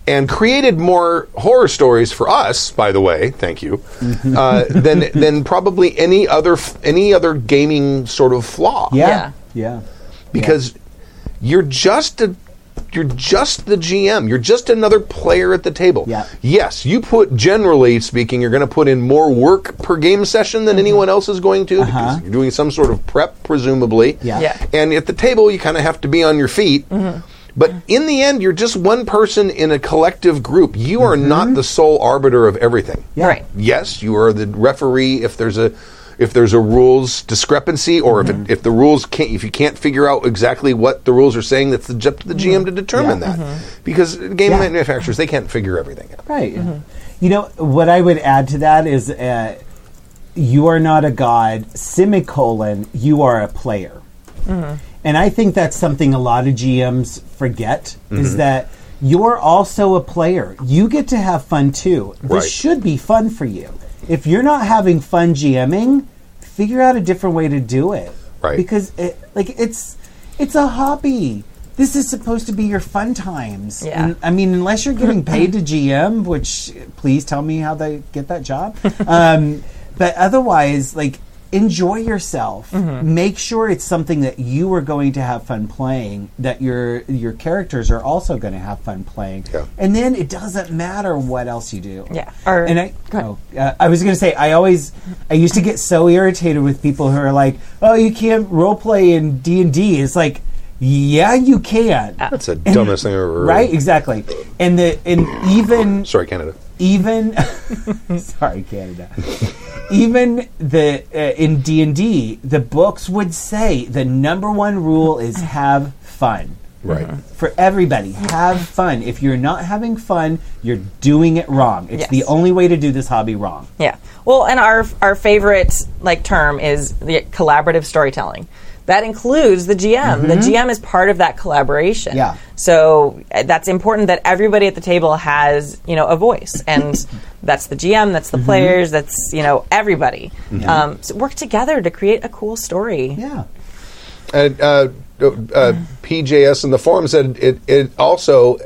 and created more horror stories for us. By the way, thank you. Mm-hmm. Uh, than than probably any other f- any other gaming sort of flaw Yeah. yeah. because you're just a you're just the GM. You're just another player at the table. Yeah. Yes, you put generally speaking, you're going to put in more work per game session Mm-hmm. than anyone else is going to because you're doing some sort of prep, presumably. Uh-huh. Yeah. Yeah. And at the table, you kind of have to be on your feet. But in the end, you're just one person in a collective group. You are Mm-hmm. not the sole arbiter of everything Right. yes, you are the referee if there's a if there's a rules discrepancy or Mm-hmm. if it, if the rules can't if you can't figure out exactly what the rules are saying, that's the, up to the GM to determine Mm-hmm. Yeah. Mm-hmm. that because game Yeah. manufacturers they can't figure everything out. Right. You know, what I would add to that is uh, you are not a god, semicolon, you are a player. And I think that's something a lot of GMs forget Mm-hmm. is that you're also a player. You get to have fun too. Right. This should be fun for you. If you're not having fun GMing, figure out a different way to do it. Right. Because it, like it's it's a hobby. This is supposed to be your fun times. Yeah. And, I mean, unless you're getting paid to GM, which please tell me how they get that job. um, but otherwise, like, enjoy yourself. Mm-hmm. Make sure it's something that you are going to have fun playing. That your your characters are also going to have fun playing. Yeah. And then it doesn't matter what else you do. Yeah. Or- and I, oh, uh, I was going to say, I always, I used to get so irritated with people who are like, "Oh, you can't role play in D and D." It's like, yeah, you can. Uh, That's the dumbest thing I've ever. heard. Right, exactly. And the and even Sorry, Canada. even sorry Canada. even the uh, in D&D, the books would say the number one rule is have fun. Right. For everybody, have fun. If you're not having fun, you're doing it wrong. It's Yes. the only way to do this hobby wrong. Yeah. Well, and our our favorite like term is the collaborative storytelling. That includes the GM. The GM is part of that collaboration. Mm-hmm. Yeah. So uh, that's important that everybody at the table has you know a voice, and that's the GM, that's the Mm-hmm. players, that's you know everybody. Um, so work together to create a cool story. Yeah. And, uh, uh, uh, PJS in the forum said it, it also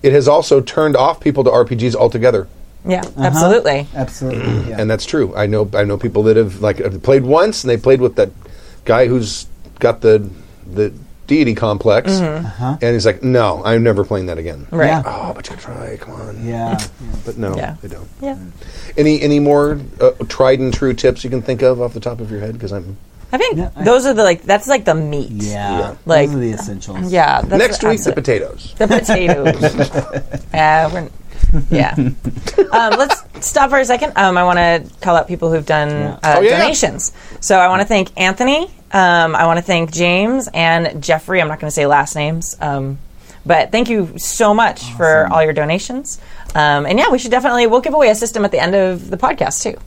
it has also turned off people to RPGs altogether. Yeah, Uh-huh. absolutely. Uh, Absolutely. Yeah. and that's true. I know I know people that have like have played once and they played with that guy who's got the the deity complex, Uh-huh. and he's like, "No, I'm never playing that again." Mm-hmm. Right. Yeah. Oh, but you can try. Come on. Yeah. But no, Yeah. they don't. Yeah. Any any more uh, tried and true tips you can think of off the top of your head? Because I'm I think Yeah, I- those are the like that's like the meat. Yeah. Like- Those are the essentials. Yeah. That's next week the absolute- potatoes. The potatoes. uh, we're, yeah. um, let's stop for a second. Um, I want to call out people who've done uh, Oh, yeah. donations. So I want to thank Anthony. Um, I want to thank James and Jeffrey. I'm not going to say last names. Um, but thank you so much for all your donations. Um, and yeah, we should definitely, we'll give away a system at the end of the podcast too.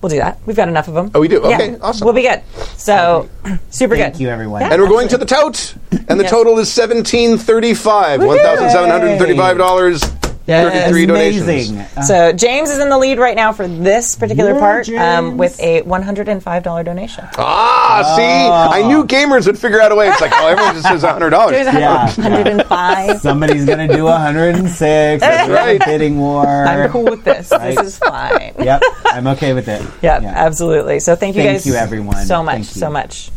We'll do that. We've got enough of them. Oh, we do? Okay, awesome. We'll be good. So, super good. Thank you everyone. And we're going to the tout, and the total is seventeen thirty five, one thousand seven hundred thirty five dollars, thirty three donations. amazing. Uh, So James is in the lead right now for this particular Yeah, part um, James. with a $105 donation. Ah, see, I knew gamers would figure out a way. It's like, oh, everyone just says hundred dollars. yeah. 105. Somebody's gonna do 106. That's right. Bidding war. I'm cool with this. This is fine. Yeah, Yep, I'm okay with it. absolutely. So thank you Thank guys you, everyone. so much, Thank you. so much.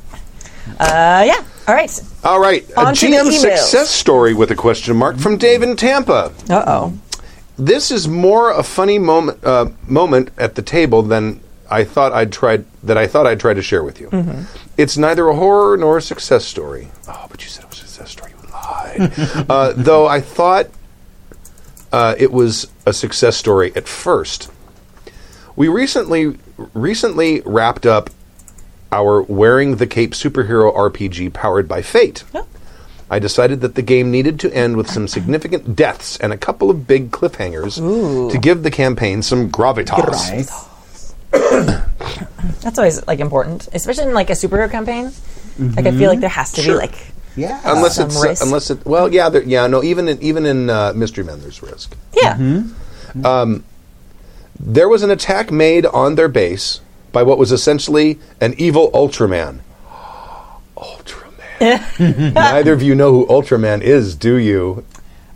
Uh, yeah. All right. All right, a On to the GM emails. success story with a question mark from Dave in Tampa. Uh oh. This is more a funny moment uh, moment at the table than I thought I'd tried that I thought I'd try to share with you. It's neither a horror nor a success story. Oh, but you said it was a success story. You lied. uh, though I thought uh, it was a success story at first. We recently recently wrapped up our Wearing the Cape superhero RPG powered by Fate. Oh. I decided that the game needed to end with some significant deaths and a couple of big cliffhangers to give the campaign some gravitas. Nice. That's always like important, especially in like a superhero campaign. Like I Mm-hmm. feel like there has to Sure. be like Yeah. Unless Some it's uh, risk. unless it well yeah there, yeah no even in, even in uh, Mystery Men there's risk. yeah. Mm-hmm. There was an attack made on their base by what was essentially an evil Ultraman. Ultraman. Neither of you know who Ultraman is, do you?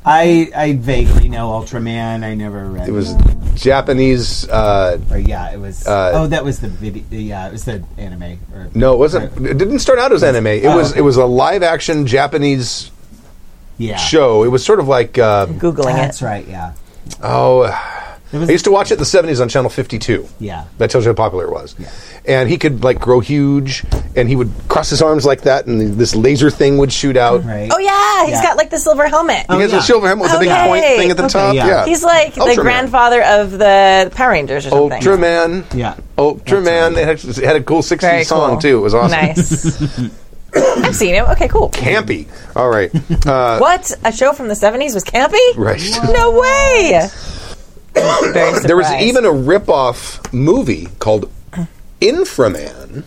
I I vaguely know Ultraman. I never read. It was Japanese. Uh, Or, yeah, it was. oh, that was the video. Yeah, it was the anime. Or, no, it wasn't. It didn't start out as anime. It was. It was a live action Japanese Yeah. show. It was sort of like. Uh, Googling That's it. right. Yeah. oh, I used to watch it in the seventies on Channel Fifty Two. Yeah. That tells you how popular it was. And he could like grow huge, and he would cross his arms like that, and this laser thing would shout out. Right. Oh yeah, he's Yeah. got like the silver helmet. He has yeah. a silver helmet with a big Oh, Okay. point thing at the Okay, top. yeah. Yeah. Oh, He's like the Ultraman. grandfather of the Power Rangers or something. Ultraman. Yeah. Ultraman. Oh, It had, it had a cool 60s Very song, cool. too. It was awesome. Nice. I've seen him. Okay, cool. Campy. All right. Uh, What? A show from the 70s was campy? Right. No way. Very there was surprised. even a rip-off movie called Inframan.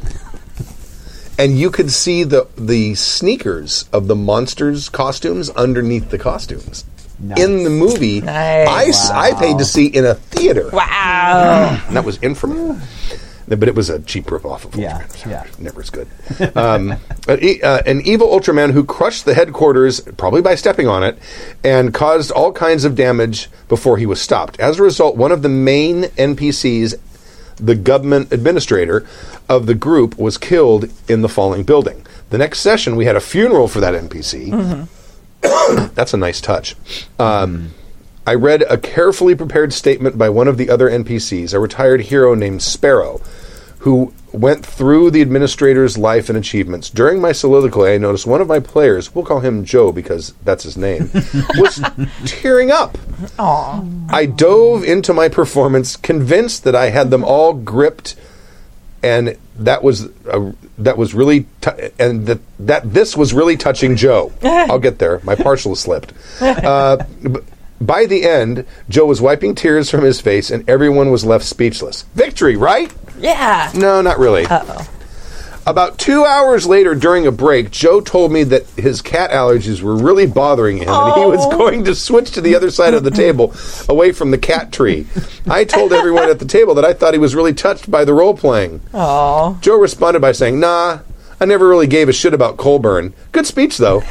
And you could see the the sneakers of the monsters' costumes underneath the costumes in the movie. Nice. I, s- I paid to see in a theater. Wow. And that was Inframan. No, But it was a cheap ripoff of Yeah, Ultraman. yeah. Never as good. Um, an e- uh, an evil Ultraman who crushed the headquarters, probably by stepping on it, and caused all kinds of damage before he was stopped. As a result, one of the main NPCs, the government administrator of the group, was killed in the falling building. The next session, we had a funeral for that NPC. Mm-hmm. That's a nice touch. Um, I read a carefully prepared statement by one of the other NPCs, a retired hero named Sparrow, who went through the administrator's life and achievements. During my soliloquy, I noticed one of my players, we'll call him Joe because that's his name, was tearing up. I dove into my performance, convinced that I had them all gripped, and that was a, that was really t- and that that this was really touching Joe. I'll get there. My partial slipped. Uh, b- by the end, Joe was wiping tears from his face, and everyone was left speechless. Victory, right? Yeah. No, not really. Uh-oh. About two hours later, during a break, Joe told me that his cat allergies were really bothering him, and he Oh. was going to switch to the other side of the table, away from the cat tree. I told everyone at the table that I thought he was really touched by the role playing. Oh. Joe responded by saying, "Nah." I never really gave a shit about Colburn. Good speech, though.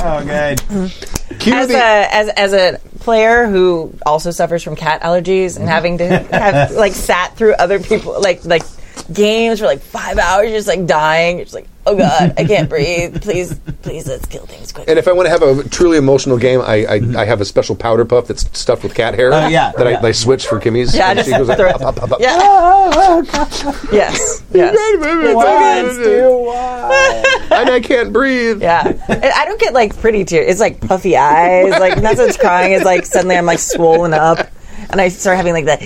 Oh, good. Cue As the- a as as a player who also suffers from cat allergies Mm-hmm. and having to have like sat through other people like like games for like five hours, you're just like dying. You're just like, oh god, I can't breathe. Please, please, let's kill things quick. and if I want to have a truly emotional game, I, I, Mm-hmm. I have a special powder puff that's stuffed with cat hair. Oh, yeah. that Yeah. I, I switch for Kimmy's. Yeah, and just she goes like, throw it. up, up, up, up. Yeah. Oh, yes. Yes. One, two, one. and I can't breathe. Yeah. And I don't get like pretty tears. It's like puffy eyes. Like that's what's crying is like suddenly I'm like swollen up. And I start having like that,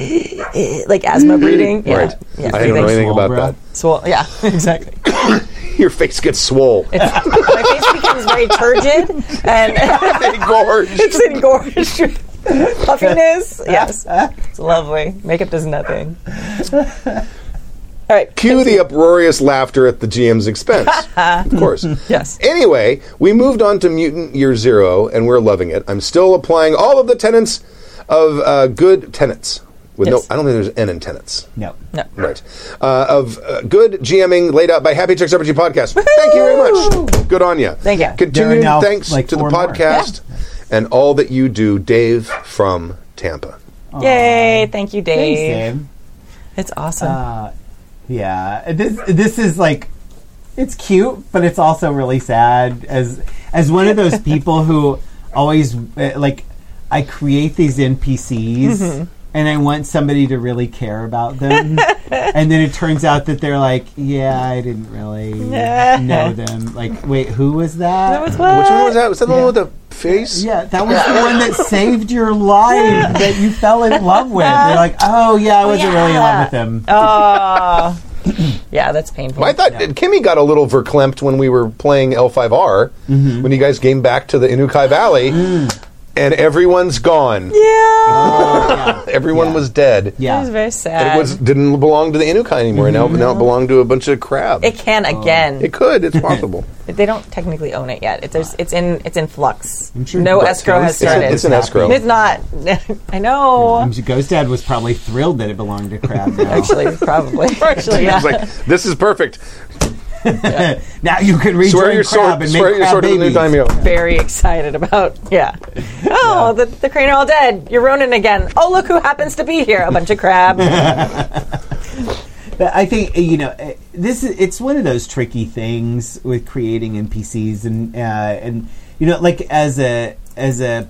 like asthma breathing. Yeah. Mm. Right. Yeah. I don't know breathing. anything about breath. Swole. Yeah. Exactly. that. Your face gets swole. My face becomes very turgid and Engorged. it's engorged. Puffiness. Yes. It's lovely. Makeup does nothing. All right. Cue the uproarious laughter at the GM's expense. of course. Yes. Anyway, we moved on to Mutant Year Zero, and we're loving it. I'm still applying all of the tenets of uh, good tenets. With Yes. no, I don't think there's N in tenets. No. No. Right. Uh, of uh, good GMing laid out by Happy Chicks RPG Podcast. Thank you very much. Good on you. Thank you. There are Continuing now, thanks like, to the four more. podcast and all that you do, Dave from Tampa. Yay. Thank you, Thanks, Dave. Uh, Dave. It's awesome. Uh, Yeah, this this is like it's cute, but it's also really sad. As as one of those people who always uh, like, I create these NPCs. Mm-hmm. And I want somebody to really care about them, and then it turns out that they're like, "Yeah, I didn't really know them." Like, wait, who was that? that was Which what? one was that? Was that the one with the face. Yeah, that was the one that saved your life that you fell in love with. You're like, oh yeah, I wasn't really in love with him. Oh. yeah, that's painful. I thought Kimmy got a little verklempt when we were playing L5R Mm-hmm. when you guys came back to the Inukai Valley, Mm. and everyone's gone. Yeah. Everyone was dead. It Yeah, was very It sad. was didn't belong to the Inukai anymore. Now, now it belonged to a bunch of crabs. Mm-hmm. It can again. It could. It's possible. they don't technically own it yet. It, there's, it's in it's in flux. no escrow has It's, a- started. it's an escrow. It's not. I know. Um, Ghost Dad was probably thrilled that it belonged to Crab. Now, Actually, probably. Actually, yeah. It's like this is perfect. now you can rejoin Swear your Crab sword. and Swear your make Crab sword to the new babies. daimyo. Very excited about. Yeah. Oh, The, the crane are all dead. You're Ronin again. Oh, look who happens to be here. A bunch of crab. But I think uh, you know uh, this is it's one of those tricky things with creating NPCs and uh, and you know like as a as a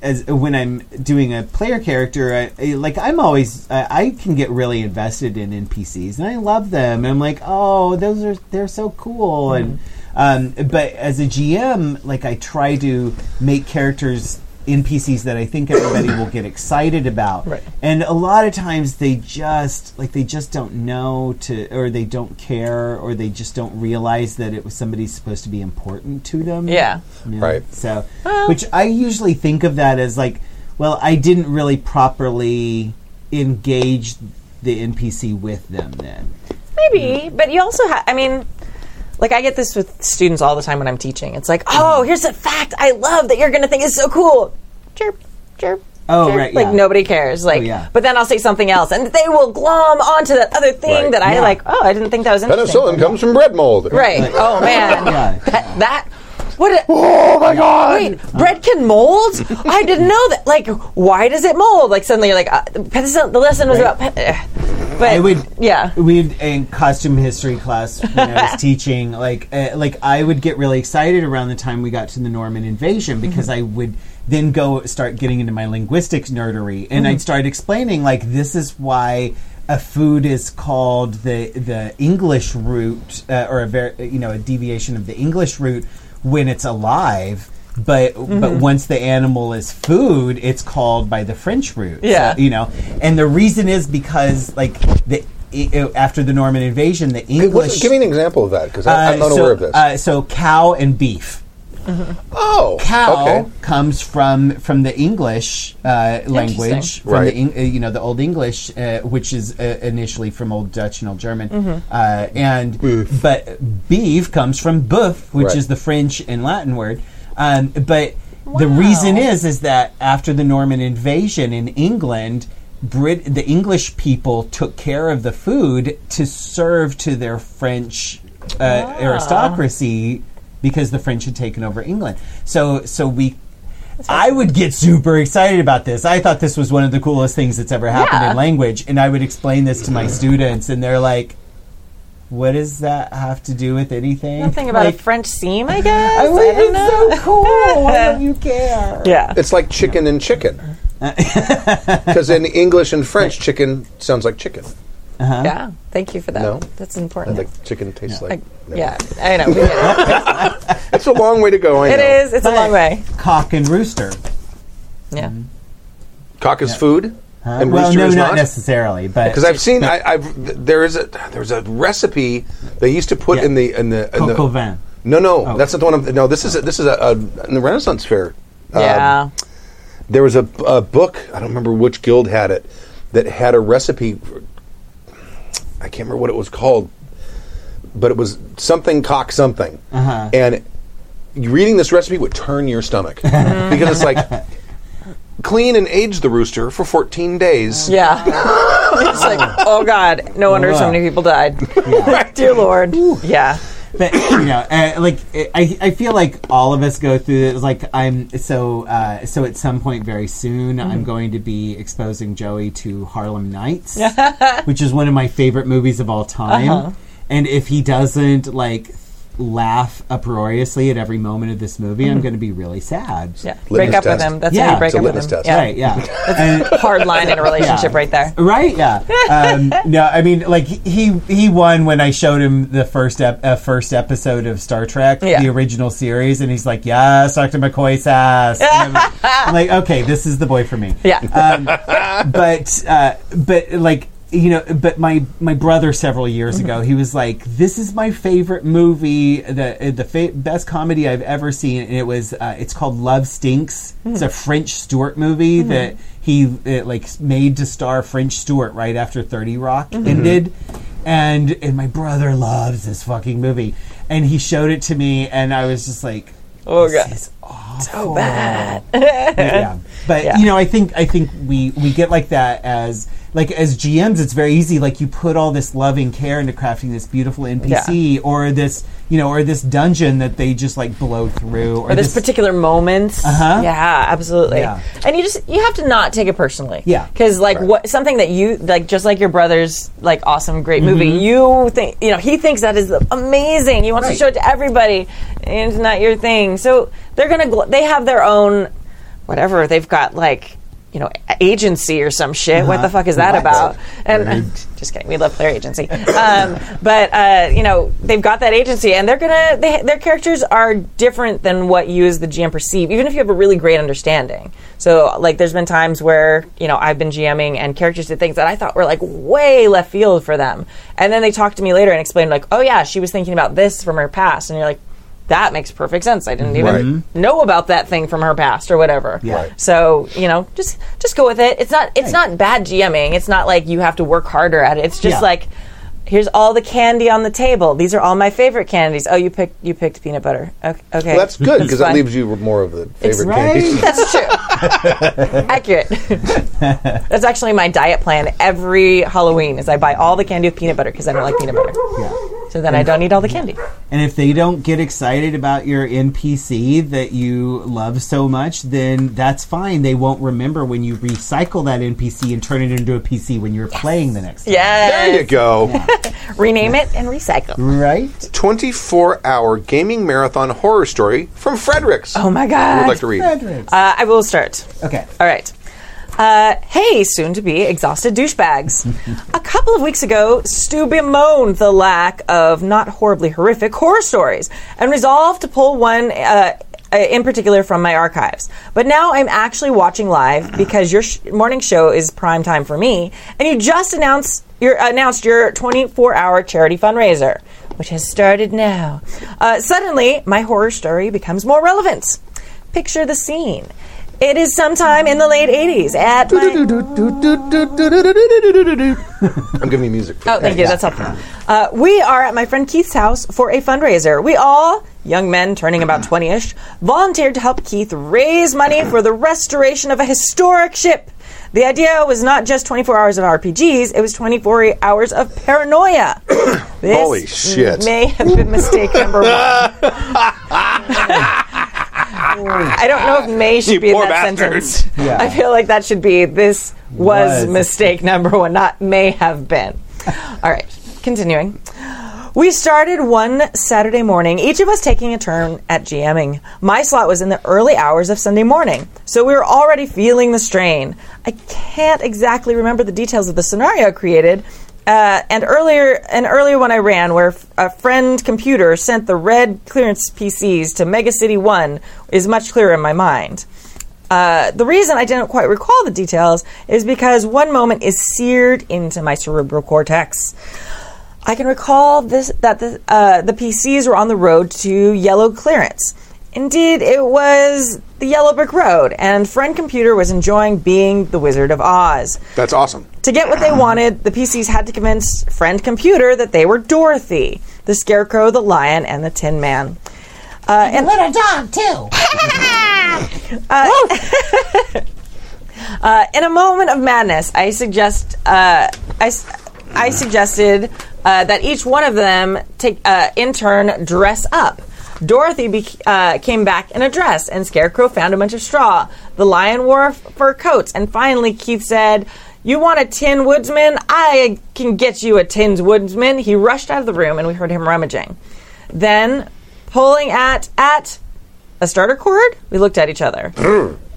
as uh, when I'm doing a player character, I, I- like I'm always I, I can get really invested in NPCs and I love them and I'm like oh those are they're so cool and um, but as a GM like I try to make characters NPCs that I think everybody will get excited about. Right. And a lot of times they just like they just don't know to or they don't care or they just don't realize that it was somebody supposed to be important to them. Yeah. You know? Right. So which I usually think of that as like, well, I didn't really properly engage the NPC with them then. Maybe, but you also have. I mean, like I get this with students all the time when I'm teaching. It's like, oh, here's a fact I love that you're going to think is so cool. Chirp, chirp. Oh, chirp. right, Like yeah. Oh, nobody cares. Like, yeah. but then I'll say something else, and they will glom onto that other thing Right. that I Yeah. like. Oh, I didn't think that was interesting. Penicillin comes from bread mold. Right. Oh man. Yeah. That. that what? A, Oh my god! Wait, bread can mold? I didn't know that. Like, why does it mold? Like, suddenly you're like, uh, penicillin, the lesson was about. Pe- eh. but I would, yeah. We'd in costume history class when I was teaching, like, uh, like I would get really excited around the time we got to the Norman Mm-hmm. invasion because I would then go start getting into my linguistics nerdery, and Mm-hmm. I'd start explaining like this is why a food is called the the English root uh, or a ver- you know a deviation of the English root when it's alive. But but Mm-hmm. once the animal is food, it's called by the French root. So, Yeah. you know, and the reason is because like the i- i- after the Norman invasion, the English. What's- give me an example of that because I'm Uh, not so, aware of this. Uh, so cow and beef. oh, Cow okay. comes from from the English uh, language, from Right. the Eng- uh, you know the Old English, uh, which is uh, initially from Old Dutch and Old German, uh, and but beef comes from boeuf, which Right. is the French and Latin word. Um, but the reason is is that after the Norman invasion in England, Brit the English people took care of the food to serve to their French uh, Ah. aristocracy because the French had taken over England. So so we. I would get super excited about this. I thought this was one of the coolest things that's ever happened Yeah. in language, and I would explain this to my students, and they're like, "What does that have to do with anything?" Something about Like, a French seam, I guess. I, "Wait, don't know. it's so cool. Why don't you care? Yeah. It's like chicken and chicken. Uh, Because in English and French, chicken sounds like chicken. Yeah. Thank you for that. No. That's And important. like chicken tastes like. no. yeah. I know. We get it. it's a long way to go. I it know. is. It's a long way. Cock and rooster. Yeah. Cock is food, and well, rooster no, is not, not. necessarily, but Because I've seen, I, I've th- there is a there's a recipe they used to put Yeah. in the in the, in coq au the vin. no no that's not the one I'm, no this is a, this is a, a in the Renaissance fair uh, yeah. there was a, a book i don't remember which guild had it that had a recipe for- i can't remember what it was called but it was something cock something and you- reading this recipe would turn your stomach because it's like clean and age the rooster for 14 days Yeah. it's like, oh God, no wonder so Wow. many people died. Dear Lord. Yeah. But you know, uh, like I, I feel like all of us go through it. Like I'm so uh, so at some point very soon, Mm-hmm. I'm going to be exposing Joey to Harlem Nights, Uh-huh. which is one of my favorite movies of all time. And if he doesn't like laugh uproariously at every moment of this movie, I'm going to be really sad. Mm-hmm. Yeah. Break up with test. him. That's Yeah. how you break It's a up with litmus him. test. Yeah. Right, yeah. And- Hard line in a relationship right there. right, yeah. um, no, I mean, like he he won when I showed him the first ep- uh, first episode of Star Trek, Yeah. the original series, and he's like, "Yes, Doctor McCoy's ass." And I'm, I'm like, okay, this is the boy for me. Yeah. Um, but uh, but like you know, but my my brother several years ago, Mm-hmm. he was like, "This is my favorite movie, the uh, the fa- best comedy I've ever seen." And it was uh, it's called Love Stinks. It's Hmm. a French Stewart movie that he uh, like made to star French Stewart right after Thirty Rock Mm-hmm. ended. And and my brother loves this fucking movie, and he showed it to me, and I was just like, Oh, "This God. is awful." So Oh, bad. yeah. But Yeah. you know, I think I think we we get like that as like as GMs, it's very easy. Like you put all this loving care into crafting this beautiful NPC or this you know or this dungeon that they just like blow through or, Or this particular moment. Uh-huh. Yeah, absolutely. Yeah. And you just you have to not take it personally. Yeah. Because like what something that you like just like your brother's like awesome great Mm-hmm. movie you think you know he thinks that is amazing he wants to Right. show it to everybody and it's not your thing so they're gonna gl- they have their own whatever they've got like. You know, agency or some shit. Uh-huh. What the fuck is that about? And just kidding, we love player agency. Um, but uh, you know, they've got that agency, and they're gonna they, their characters are different than what you as the GM perceive, even if you have a really great understanding. So, like, there's been times where you know I've been GMing and characters did things that I thought were like way left field for them, and then they talked to me later and explained like, oh yeah, she was thinking about this from her past, and you're like. That makes perfect sense. I didn't even know about that thing from her past or whatever. Right. So you know, just just go with it. It's not it's not bad GMing. It's not like you have to work harder at it. It's just Yeah. like here's all the candy on the table. These are all my favorite candies. Oh, you picked you picked peanut butter. Okay, okay. Well, that's good because that fine. leaves you with more of the favorite right. candies. That's true. Accurate. That's actually my diet plan every Halloween is I buy all the candy with peanut butter because I don't like peanut butter. So then I don't eat all the candy. And if they don't get excited about your NPC that you love so much, then that's fine. They won't remember when you recycle that NPC and turn it into a PC when you're playing the next time. Yes. There you go. Rename it and recycle. Right? 24 hour gaming marathon horror story from Fredericks. Oh my I would god. like to read. uh, I will start. Okay. All right. Uh, hey, soon to be exhausted douchebags. a couple of weeks ago, Stu bemoaned the lack of not horribly horrific horror stories and resolved to pull one uh, uh, in particular from my archives. But now I'm actually watching live because your sh- morning show is prime time for me, and you just announced your, announced your 24 hour charity fundraiser, which has started now. Uh, suddenly, my horror story becomes more relevant. Picture the scene. It is sometime in the late 80s at my- I'm giving you music. For Oh, thank you. That's helpful. Uh, we are at my friend Keith's house for a fundraiser. We all, young men turning about 20 ish, volunteered to help Keith raise money for the restoration of a historic ship. The idea was not just 24 hours of RPGs, it was 24 hours of paranoia. This Holy shit. May have been mistake number one. I don't know if may should be in poor that bastards. sentence. I feel like that should be this was, Was. mistake number one, not may have been. All right, continuing. We started one Saturday morning, each of us taking a turn at GMing. My slot was in the early hours of Sunday morning, so we were already feeling the strain. I can't exactly remember the details of the scenario created. Uh, and earlier, and earlier when I ran, where f- a friend computer sent the red clearance PCs to Mega City One, is much clearer in my mind. Uh, the reason I didn't quite recall the details is because one moment is seared into my cerebral cortex. I can recall this that the, uh, the PCs were on the road to yellow clearance. Indeed, it was the yellow brick road, and friend computer was enjoying being the Wizard of Oz. That's awesome. To get what they wanted, the PCs had to convince friend computer that they were Dorothy, the Scarecrow, the Lion, and the Tin Man. Uh, and Little dog, too. Uh, in a moment of madness, I suggest uh, I, s- I suggested uh, that each one of them take uh, in turn dress up. Dorothy be- uh, came back in a dress, and Scarecrow found a bunch of straw. The lion wore f- fur coats, and finally Keith said, "You want a tin woodsman? I can get you a tin woodsman." He rushed out of the room, and we heard him rummaging. Then, pulling at at a starter chord, we looked at each other.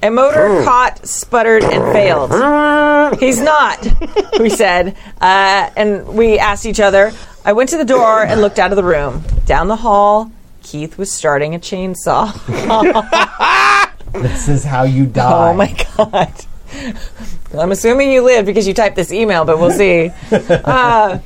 A motor caught, sputtered, and failed. He's not, we said. Uh, and we asked each other. I went to the door and looked out of the room. Down the hall, Keith was starting a chainsaw. This is how you die. Oh my god. I'm assuming you lived because you typed this email, but we'll see. Uh,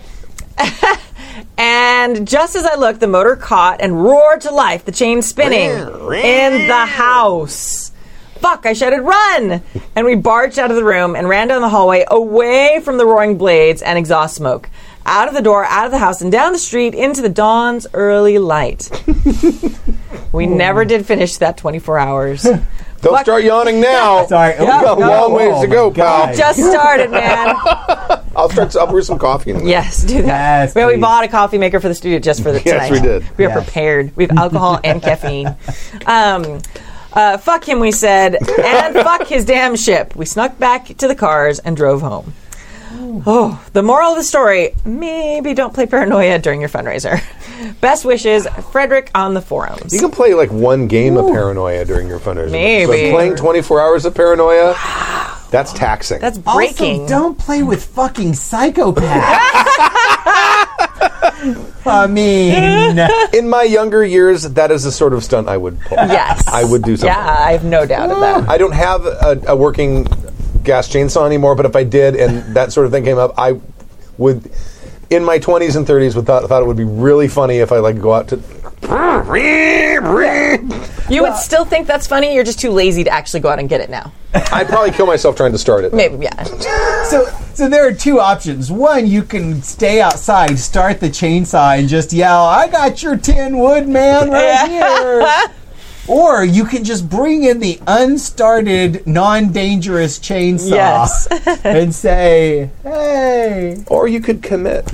and just as I looked, the motor caught and roared to life, the chain spinning in the house. Fuck, I shouted, run! And we barged out of the room and ran down the hallway away from the roaring blades and exhaust smoke. Out of the door, out of the house, and down the street into the dawn's early light. we never did finish that 24 hours. Don't start yawning now. Sorry. We've got a no. long ways Oh to my go, God. pal. Just started, man. I'll start. I'll brew some coffee. In a minute. Yes, do that. Yes, well, we please. bought a coffee maker for the studio just for the Yes, tonight. we did. We are Yes. prepared. We have alcohol and caffeine. Um, uh, fuck him, we said, and fuck his damn ship. We snuck back to the cars and drove home. Oh, the moral of the story: maybe don't play paranoia during your fundraiser. Best wishes, Frederick on the forums. You can play like one game of paranoia during your fundraiser. Maybe. But playing 24 hours of paranoia, that's taxing. That's Also, breaking. don't play with fucking psychopaths. I mean, In my younger years, that is the sort of stunt I would pull. yes, I would do something. Yeah, I have no doubt of that. I don't have a, a working gas chainsaw anymore, but if I did and that sort of thing came up, I would, in my 20s and 30s, would thought, thought it would be really funny if I like go out to. You would still think that's funny. You're just too lazy to actually go out and get it now. I'd probably kill myself trying to start it. Maybe, yeah. so so there are two options. One, you can stay outside, start the chainsaw, and just yell, "I got your tin wood man right here." Or you can just bring in the unstarted, non-dangerous chainsaw Yes. and say, "Hey, Or you could commit.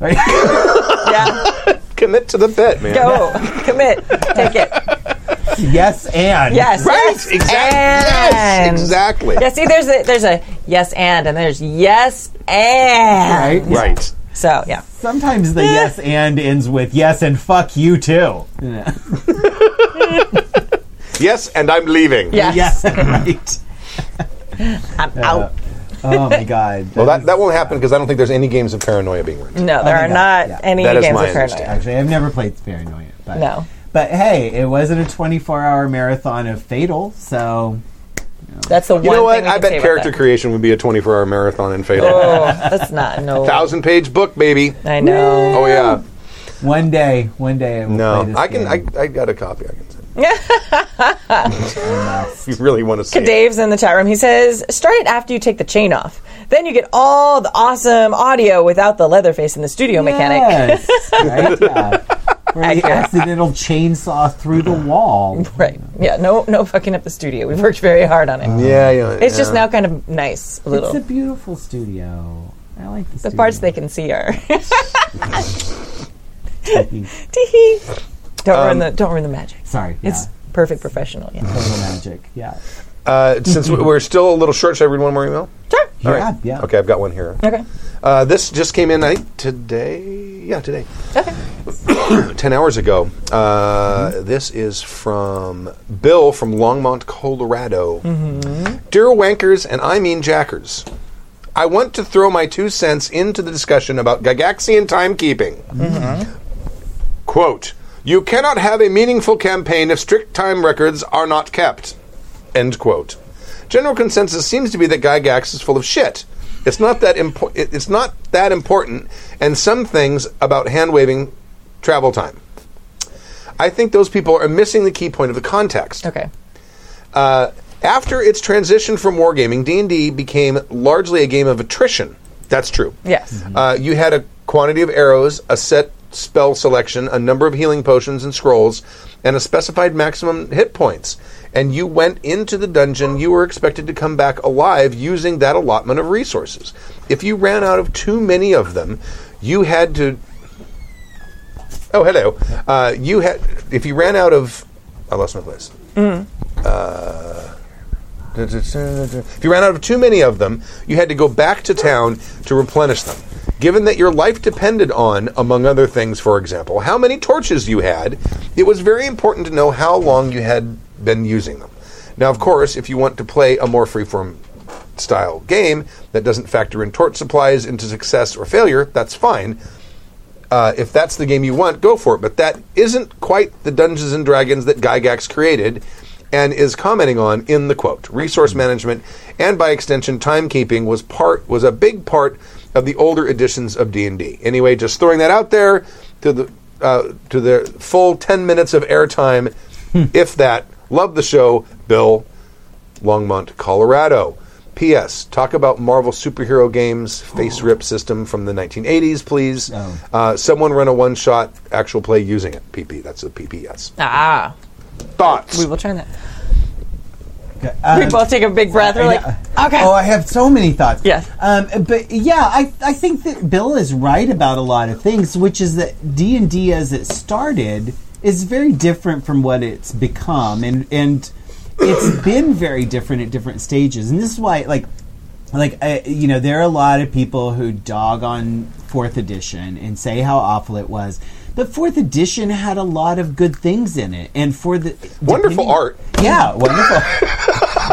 Yeah. Commit to the bit, man. Go. Commit. Take it. yes, and Yes. Right? Yes, Exactly. and. Yes, exactly. Yeah, see, there's a there's a yes and and there's yes and right, Right. so yeah Sometimes the yes and ends with yes and fuck you too. Yes, and I'm leaving. yes, Yes, right. I'm out. Oh my god. Well, that, that won't happen because I don't think there's any games of paranoia being written. No, there Oh my are God, not yeah. any That is games my of paranoia. understanding. Actually, I've never played Paranoia. But, No. But hey, it wasn't a 24 hour marathon of Fatal, so. That's the You one know what? thing we I can say bet about character that. creation would be a 24 hour marathon in Fatal. Oh, that's not no. Thousand page book, baby. I know. Oh, yeah. One day, one day I will play No, this I can. I, game. I got a copy. I can send. if you really want to see. it. Dave's in the chat room. He says, "Start it after you take the chain off. Then you get all the awesome audio without the Leatherface in the studio mechanic." Yes, right? Yeah. Or the accidental chainsaw through the wall. Right? Yeah. No. No fucking up the studio. We've worked very hard on it. Oh, Yeah, yeah. It's just yeah. now kind of nice, a little. It's a beautiful studio. I like the, the parts they can see are. can. Tee-hee. Don't ruin the don't ruin the magic. Sorry, It's Um, yeah. perfect professional. Yeah. total magic. Yeah. Uh, since we- we're still a little short, should I read one more email? Sure. Yeah, All right. yeah. Okay, I've got one here. Okay. Uh, this just came in, I think, today. Yeah, today. Okay. 10 hours ago. Uh, Mm-hmm. This is from Bill from Longmont, Colorado. Mm-hmm. Dear Wankers, and I mean Jackers, I want to throw my two cents into the discussion about Gygaxian timekeeping. Quote You cannot have a meaningful campaign if strict time records are not kept. End quote. General consensus seems to be that Gygax is full of shit. It's not that impo- it- it's not that important, and some things about hand waving travel time. I think those people are missing the key point of the context. Okay. Uh, after its transition from wargaming, D&D became largely a game of attrition. That's true. Yes. Uh, you had a quantity of arrows, a set spell selection, a number of healing potions and scrolls, and a specified maximum hit points. And you went into the dungeon, you were expected to come back alive using that allotment of resources. If you ran out of too many of them, you had to Oh, hello. Uh, you had if you ran out of, I lost my place. Uh, if you ran out of too many of them, you had to go back to town to replenish them. Given that your life depended on, among other things, for example, how many torches you had, it was very important to know how long you had been using them. Now, of course, if you want to play a more freeform style game that doesn't factor in torch supplies into success or failure, that's fine. Uh, if that's the game you want, go for it. But that isn't quite the Dungeons and Dragons that Gygax created and is commenting on in the quote. Resource management and by extension timekeeping was part was a big part of the older editions of D&D. Anyway, just throwing that out there to the uh, to the full 10 minutes of airtime if that. Love the show, Bill. Longmont, Colorado. P.S. Talk about Marvel superhero games face rip system from the 1980s, please. Oh. Uh, someone run a one shot actual play using it. PP. That's a PPS. Ah, Thoughts. we will try that. Um, we both take a big breath. We're like, okay. Oh, I have so many thoughts. Yes. Um, but yeah, I, I think that Bill is right about a lot of things, which is that D and D as it started is very different from what it's become, and and it's been very different at different stages, and this is why like like I, you know there are a lot of people who dog on fourth edition and say how awful it was but fourth edition had a lot of good things in it and for the Wonderful depending- art. yeah wonderful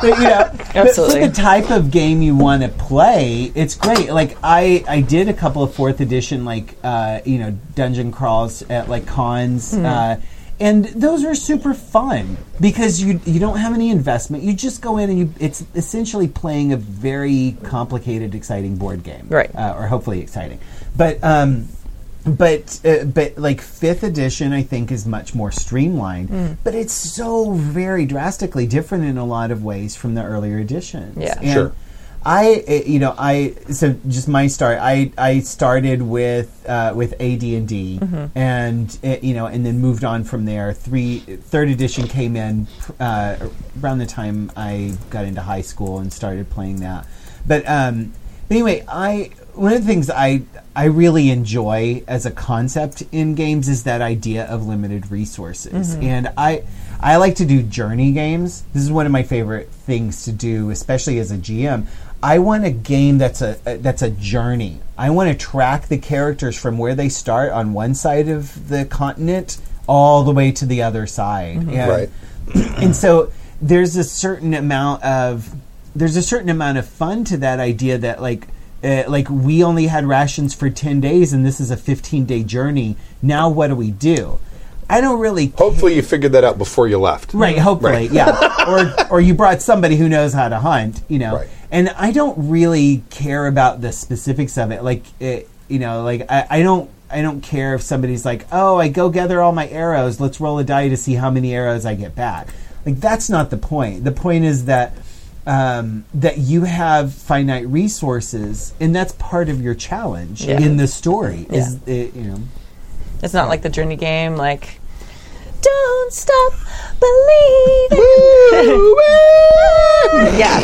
but you know Absolutely. but for the type of game you want to play it's great like i i did a couple of fourth edition like uh you know dungeon crawls at like cons Hmm. uh and those are super fun because you you don't have any investment. You just go in and you it's essentially playing a very complicated, exciting board game, Right. Uh, or hopefully exciting. But um, but uh, but like fifth edition, I think is much more streamlined. But it's so very drastically different in a lot of ways from the earlier editions. Yeah. And Sure. I uh, you know I so just my start. I I started with uh, with AD and D, and uh, you know, and then moved on from there. Three third edition came in uh, around the time I got into high school and started playing that. But um, but anyway, I one of the things I I really enjoy as a concept in games is that idea of limited resources, and I I like to do journey games. This is one of my favorite things to do, especially as a GM. I want a game that's a, a that's a journey. I want to track the characters from where they start on one side of the continent all the way to the other side. And Right. and so there's a certain amount of there's a certain amount of fun to that idea that like uh, like we only had rations for 10 days and this is a 15 day journey now what do we do i don't really Hopefully you figured that out before you left. Right, hopefully, Right. yeah. or or you brought somebody who knows how to hunt, you know. Right. And I don't really care about the specifics of it. Like, it, you know, like I, I don't I don't care if somebody's like, oh, I go gather all my arrows. Let's roll a die to see how many arrows I get back. Like that's not the point. The point is that um, that you have finite resources, and that's part of your challenge Yeah. in the story. Is it, you know. It's not like the journey game, like don't stop believing. yeah.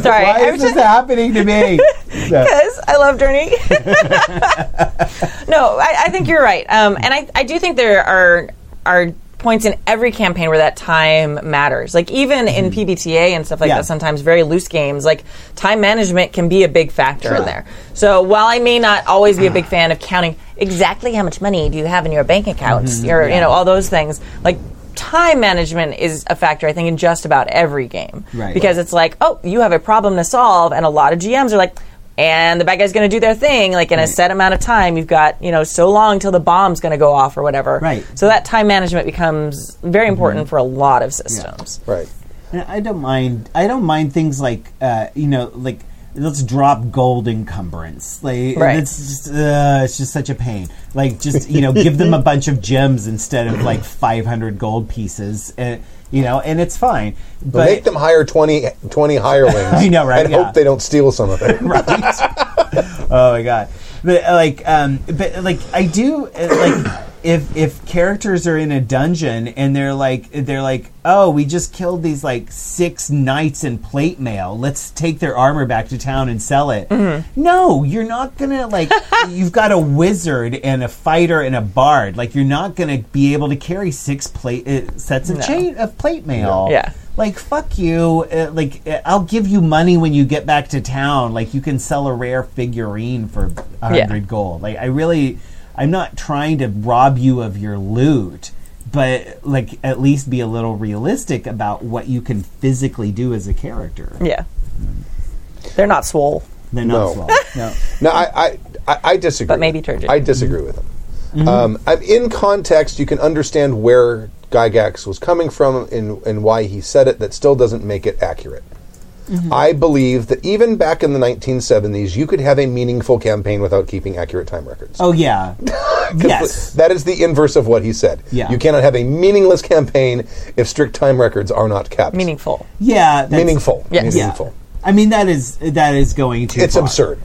Sorry, Why I is was this just happening to me? because I love journey. no, I, I think you're right, um, and I, I do think there are are points in every campaign where that time matters. Like even in PBTA and stuff like Mm-hmm. Yeah. that, sometimes very loose games, like time management can be a big factor in there. So while I may not always be a Ah. big fan of counting exactly how much money do you have in your bank account, Mm-hmm. or you know all those things, like. Time management is a factor, I think, in just about every game. Right. Because it's like, oh, you have a problem to solve, and a lot of GMs are like, and the bad guy's going to do their thing, like in a set amount of time. You've got you know so long till the bomb's going to go off or whatever. Right. So that time management becomes very important for a lot of systems. Right. And I don't mind. I don't mind things like uh, you know, like let's drop gold encumbrance. Like Right. it's just uh, it's just such a pain. Like just you know, give them a bunch of gems instead of like five hundred gold pieces. Uh, you know, and it's fine. But Make them hire 20, 20 hirelings. I know, right, And yeah. hope they don't steal some of it. oh my god but uh, like um but like i do uh, like if if characters are in a dungeon and they're like they're like oh we just killed these like six knights in plate mail let's take their armor back to town and sell it no you're not gonna like you've got a wizard and a fighter and a bard like you're not gonna be able to carry six plate uh, sets of, chain, of plate mail Yeah. like fuck you uh, like uh, i'll give you money when you get back to town like you can sell a rare figurine for 100 Yeah. gold like i really i'm not trying to rob you of your loot but like at least be a little realistic about what you can physically do as a character Yeah. They're not swole. they're not No. swell. no No, I, I, I, I disagree. But maybe with turgid. him. I disagree with him. Mm-hmm. Um, I'm- in context, you can understand where Gygax was coming from and, and why he said it. That still doesn't make it accurate. Mm-hmm. I believe that even back in the 1970s, you could have a meaningful campaign without keeping accurate time records. oh yeah yes That is the inverse of what he said. Yeah. You cannot have a meaningless campaign if strict time records are not kept. Meaningful. yeah that's- Meaningful. Yes. yeah. Meaningful. I mean that is that is going to It's absurd.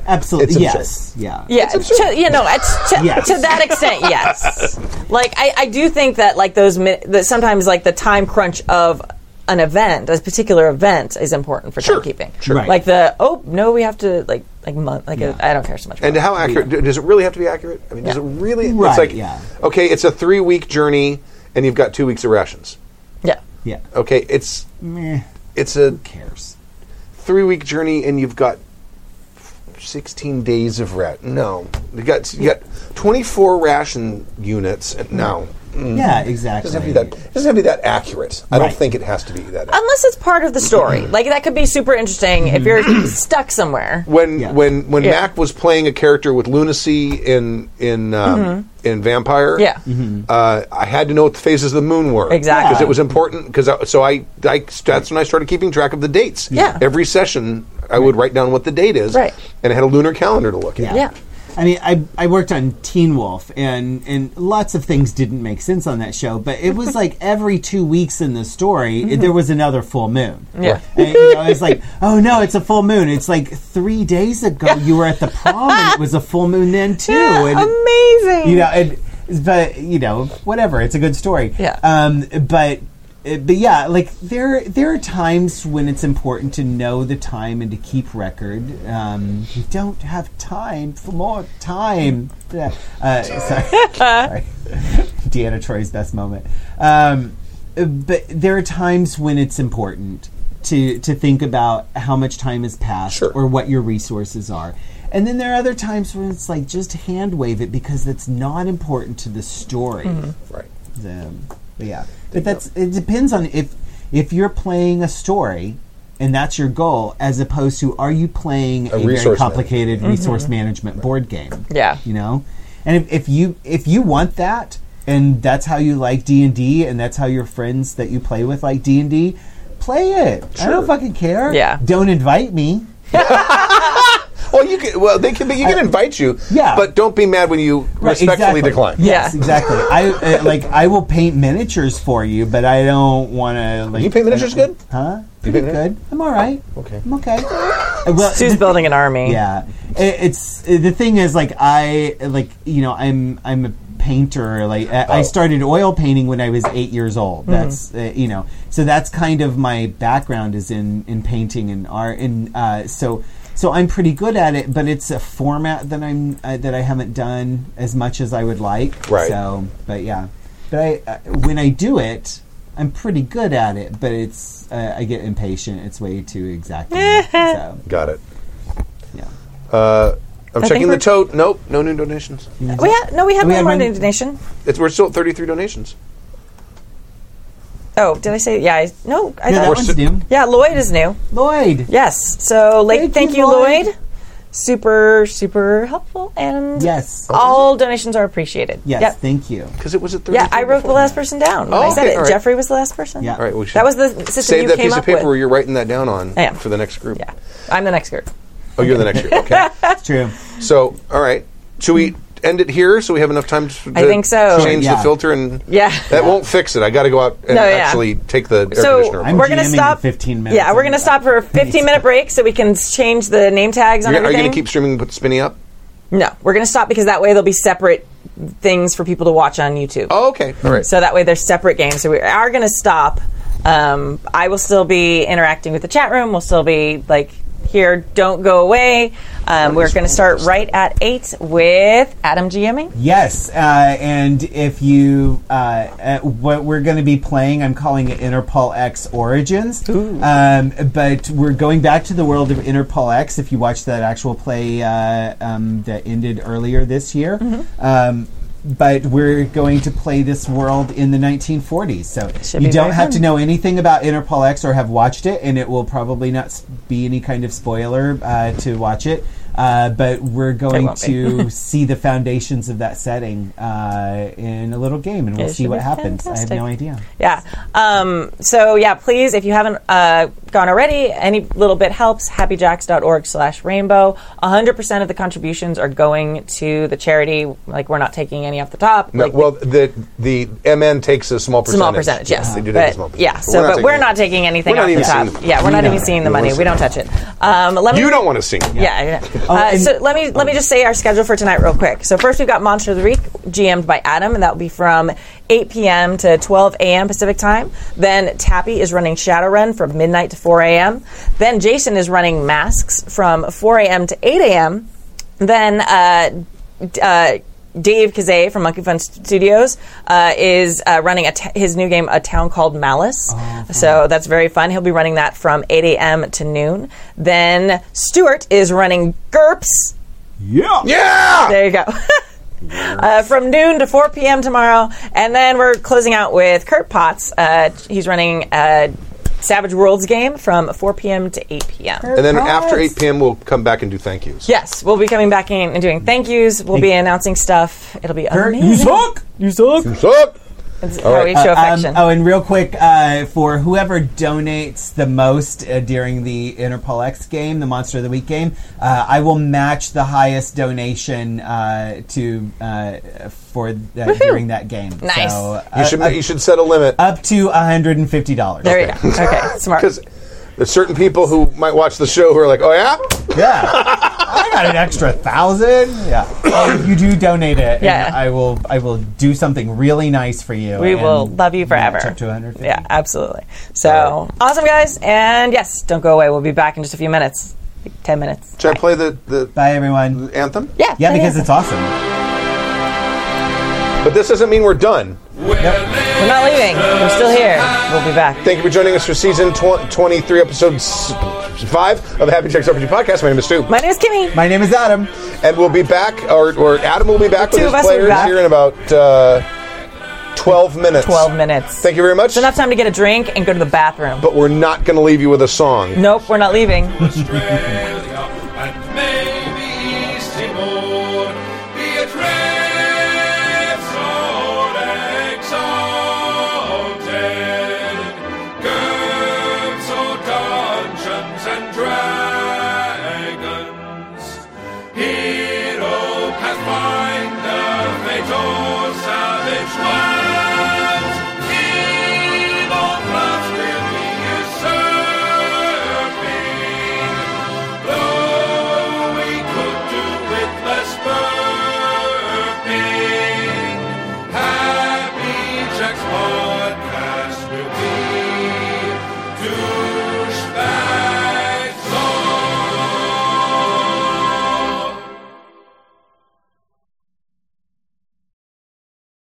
It's Absolutely. absurd. yes. Yeah. Yeah, to, you know, it's to, Yes. to that extent, yes. Like I, I do think that like those mi- that sometimes like the time crunch of an event, a particular event, is important for Sure. timekeeping. Sure. Right. Like the oh no, we have to like like month like Yeah. I I don't care so much. And about how accurate d does it really have to be accurate? I mean, does it really? Right, it's like, yeah. okay, it's a three week journey, and you've got two weeks of rations. it. yeah. Yeah. Okay, it's Meh, it's a who cares? three week journey, and you've got sixteen days of rat. No, you got you got twenty four ration units. And no, Mm. Yeah. it Exactly. doesn't have to be that. It doesn't have to be that accurate. I don't Right. think it has to be that. accurate. Unless it's part of the story, like that could be super interesting if you're stuck somewhere. when Yeah. when when Yeah. Mac was playing a character with lunacy in in um, in Vampire, Mm-hmm. Yeah. uh, I had to know what the phases of the moon were Exactly. because it was important. Because so I, I that's when I started keeping track of the dates. Yeah. every session I would write down what the date is, Right. and I had a lunar calendar to look at. Yeah. I mean, I, I worked on Teen Wolf, and, and lots of things didn't make sense on that show, but it was like every two weeks in the story, it- there was another full moon. Mm-hmm. Yeah. And, you know, it's like, oh no, it's a full moon. It's like three days ago you were at the prom, and it was a full moon then, too. and it- Amazing. you know and but you know whatever it's a good story Yeah. um but uh, but yeah like there there are times when it's important to know the time and to keep record um we don't have time for more time Yeah. uh sorry, sorry. deanna troy's best moment um but there are times when it's important to to think about how much time has passed Sure. or what your resources are. And then there are other times when it's like just hand wave it because that's not important to the story. Right. The- but yeah, but that's it depends on if if you're playing a story and that's your goal, as opposed to are you playing a, very resource Mm-hmm. complicated resource management board game? Yeah. you know. And if, if you if you want that, and that's how you like D and D, and that's how your friends that you play with like D and D, play it. I Sure. don't fucking care. Yeah. don't invite me. Well, you can. Well, they can. But you can invite you. yeah. but don't be mad when you respectfully exactly. decline. Yes, Yeah. exactly. I uh, like I will paint miniatures for you, but I don't want to. Like, You paint miniatures good? Huh? Pretty good. I'm all right. Okay. I'm okay. Uh, well, Sue's building an army. yeah, it, it's uh, the thing is like I like you know I'm I'm a painter. Like I, I started oil painting when I was eight years old. That's uh, you know so that's kind of my background is in in painting and art and uh, so. So I'm pretty good at it, but it's a format that I'm uh, that I haven't done as much as I would like. Right. So, but yeah, but I uh, when I do it, I'm pretty good at it. But it's uh, I get impatient. It's way too exacting. so Got it. Uh, yeah. I'm I think checking the we're- tote. Nope, no new donations. We had no, we had We one had more one- donation. It's, we're still at 33 donations. Oh, did I say? Yeah. I, no, I Yeah, that thought. one's si- new. Yeah, Lloyd is new. Lloyd. Yes. So, late, Thank thank, you, you, Lloyd. Lloyd. Super, super helpful, and Yes. all donations are appreciated. Yes. Yep. Thank you. Because it was at 33. Yeah, I wrote the before. last person down. Oh, I said okay, it. all right. Jeffrey was the last person. Yeah. All right, we should That was the system save you that came piece up of paper with. where you're writing that down on I am. for the next group. Yeah, I'm the next group. Oh, you're the next group. Okay. It's true. so, all right. Should we end it here so we have enough time to I think so. change Sure, yeah. the filter and Yeah. that won't fix it. I got to go out and No, yeah. actually take the air So conditioner. I'm apart. we're gonna jamming stop. in 15 minutes. Yeah, we're gonna stop for a 15 minute break so we can change the name tags on You're- are you everything. going to keep streaming and put spinny up? No, we're gonna stop because that way there'll be separate things for people to watch on YouTube. Oh, okay. All right. So that way they're separate games. So we are going to stop. Um, I will still be interacting with the chat room. We'll still be like here. Don't go away. Um, we're going to start right at 8 with Adam GMing. Yes, uh, and if you, uh, uh, what we're going to be playing, I'm calling it Interpol X Origins. Um, but we're going back to the world of Interpol X. If you watched that actual play uh, um, that ended earlier this year, Mm-hmm. um, but we're going to play this world in the 1940s. So Should you be don't very have to fun. know anything about Interpol X or have watched it, and it will probably not s- be any kind of spoiler uh, to watch it. Uh, but we're going won't be. to see the foundations of that setting uh, in a little game, and we'll It see should what be happens. I fantastic. have no idea. Yeah. Um, so, yeah, please, if you haven't uh, gone already, any little bit helps. happyjacks.org slash rainbow. 100% of the contributions are going to the charity. Like, we're not taking any off the top. No, Like, well, the the MN takes a small percentage. small percentage, yes. They do take a but, small percentage. yeah, so, but we're not taking anything We're not off the even top. seeing the- yeah, we're not even seeing the money. We don't touch it. Um, let me You don't want Oh, to sing. Yeah. yeah. uh, and- so let me let me just say our schedule for tonight real quick. So first we've got Monster of the Week GM'd by Adam, and that will be from 8 p.m. to 12 a.m. Pacific time. Then Tappy is running Shadowrun from midnight to 4 a.m. Then Jason is running Masks from 4 a.m. to 8 a.m. Then uh, d- uh, Dave Kazay from Monkey Fun Studios uh, is uh, running a t- his new game, A Town Called Malice. so that's very fun. He'll be running that from 8 a.m. to noon. Then Stuart is running GURPS. Yeah. Yeah. There you go. Uh, from noon to 4 p.m. tomorrow. And then we're closing out with Kurt Potts. Uh, he's running uh, Savage Worlds game from 4 p.m. to 8 p.m. And then after 8 p.m., we'll come back and do thank yous. Yes, we'll be coming back in and doing thank yous. We'll be announcing stuff. It'll be amazing. You suck! So, It's how we show Um, affection. oh, and real quick, uh, for whoever donates the most uh, during the Interpol X game, the Monster of the Week game, uh, I will match the highest donation uh, to uh, for the, during that game. Nice. So, you uh, should you should set a limit up to $150. there you go. Okay, smart. because there's certain people who might watch the show who are like, oh yeah, Yeah. I got an extra thousand. Yeah. Oh, if you do donate it, Yeah. and I will I will do something really nice for you. We and will love you forever. match up to 150. Yeah, absolutely. So awesome, guys. And yes, don't go away. We'll be back in just a few minutes. Like 10 minutes. should I play the the Bye everyone. anthem? Yeah. Yeah, because it's awesome. But this doesn't mean we're done. We're not leaving. We're still here. We'll be back. Thank you for joining us for season tw- 23, episode s- 5 of the Happy Checks RPG podcast. My name is Stu. My name is Kimmy. My name is Adam. and we'll be back, or, or Adam will be back The with two his of us will be players back. here in about uh, 12 minutes. 12 minutes. Thank you very much. It's enough time to get a drink and go to the bathroom. But we're not going to leave you with a song. Nope, we're not leaving. Australia and maybe East Timor be a trade zone exalted. Girds or dungeons and dragons, hero pathfinder fatal.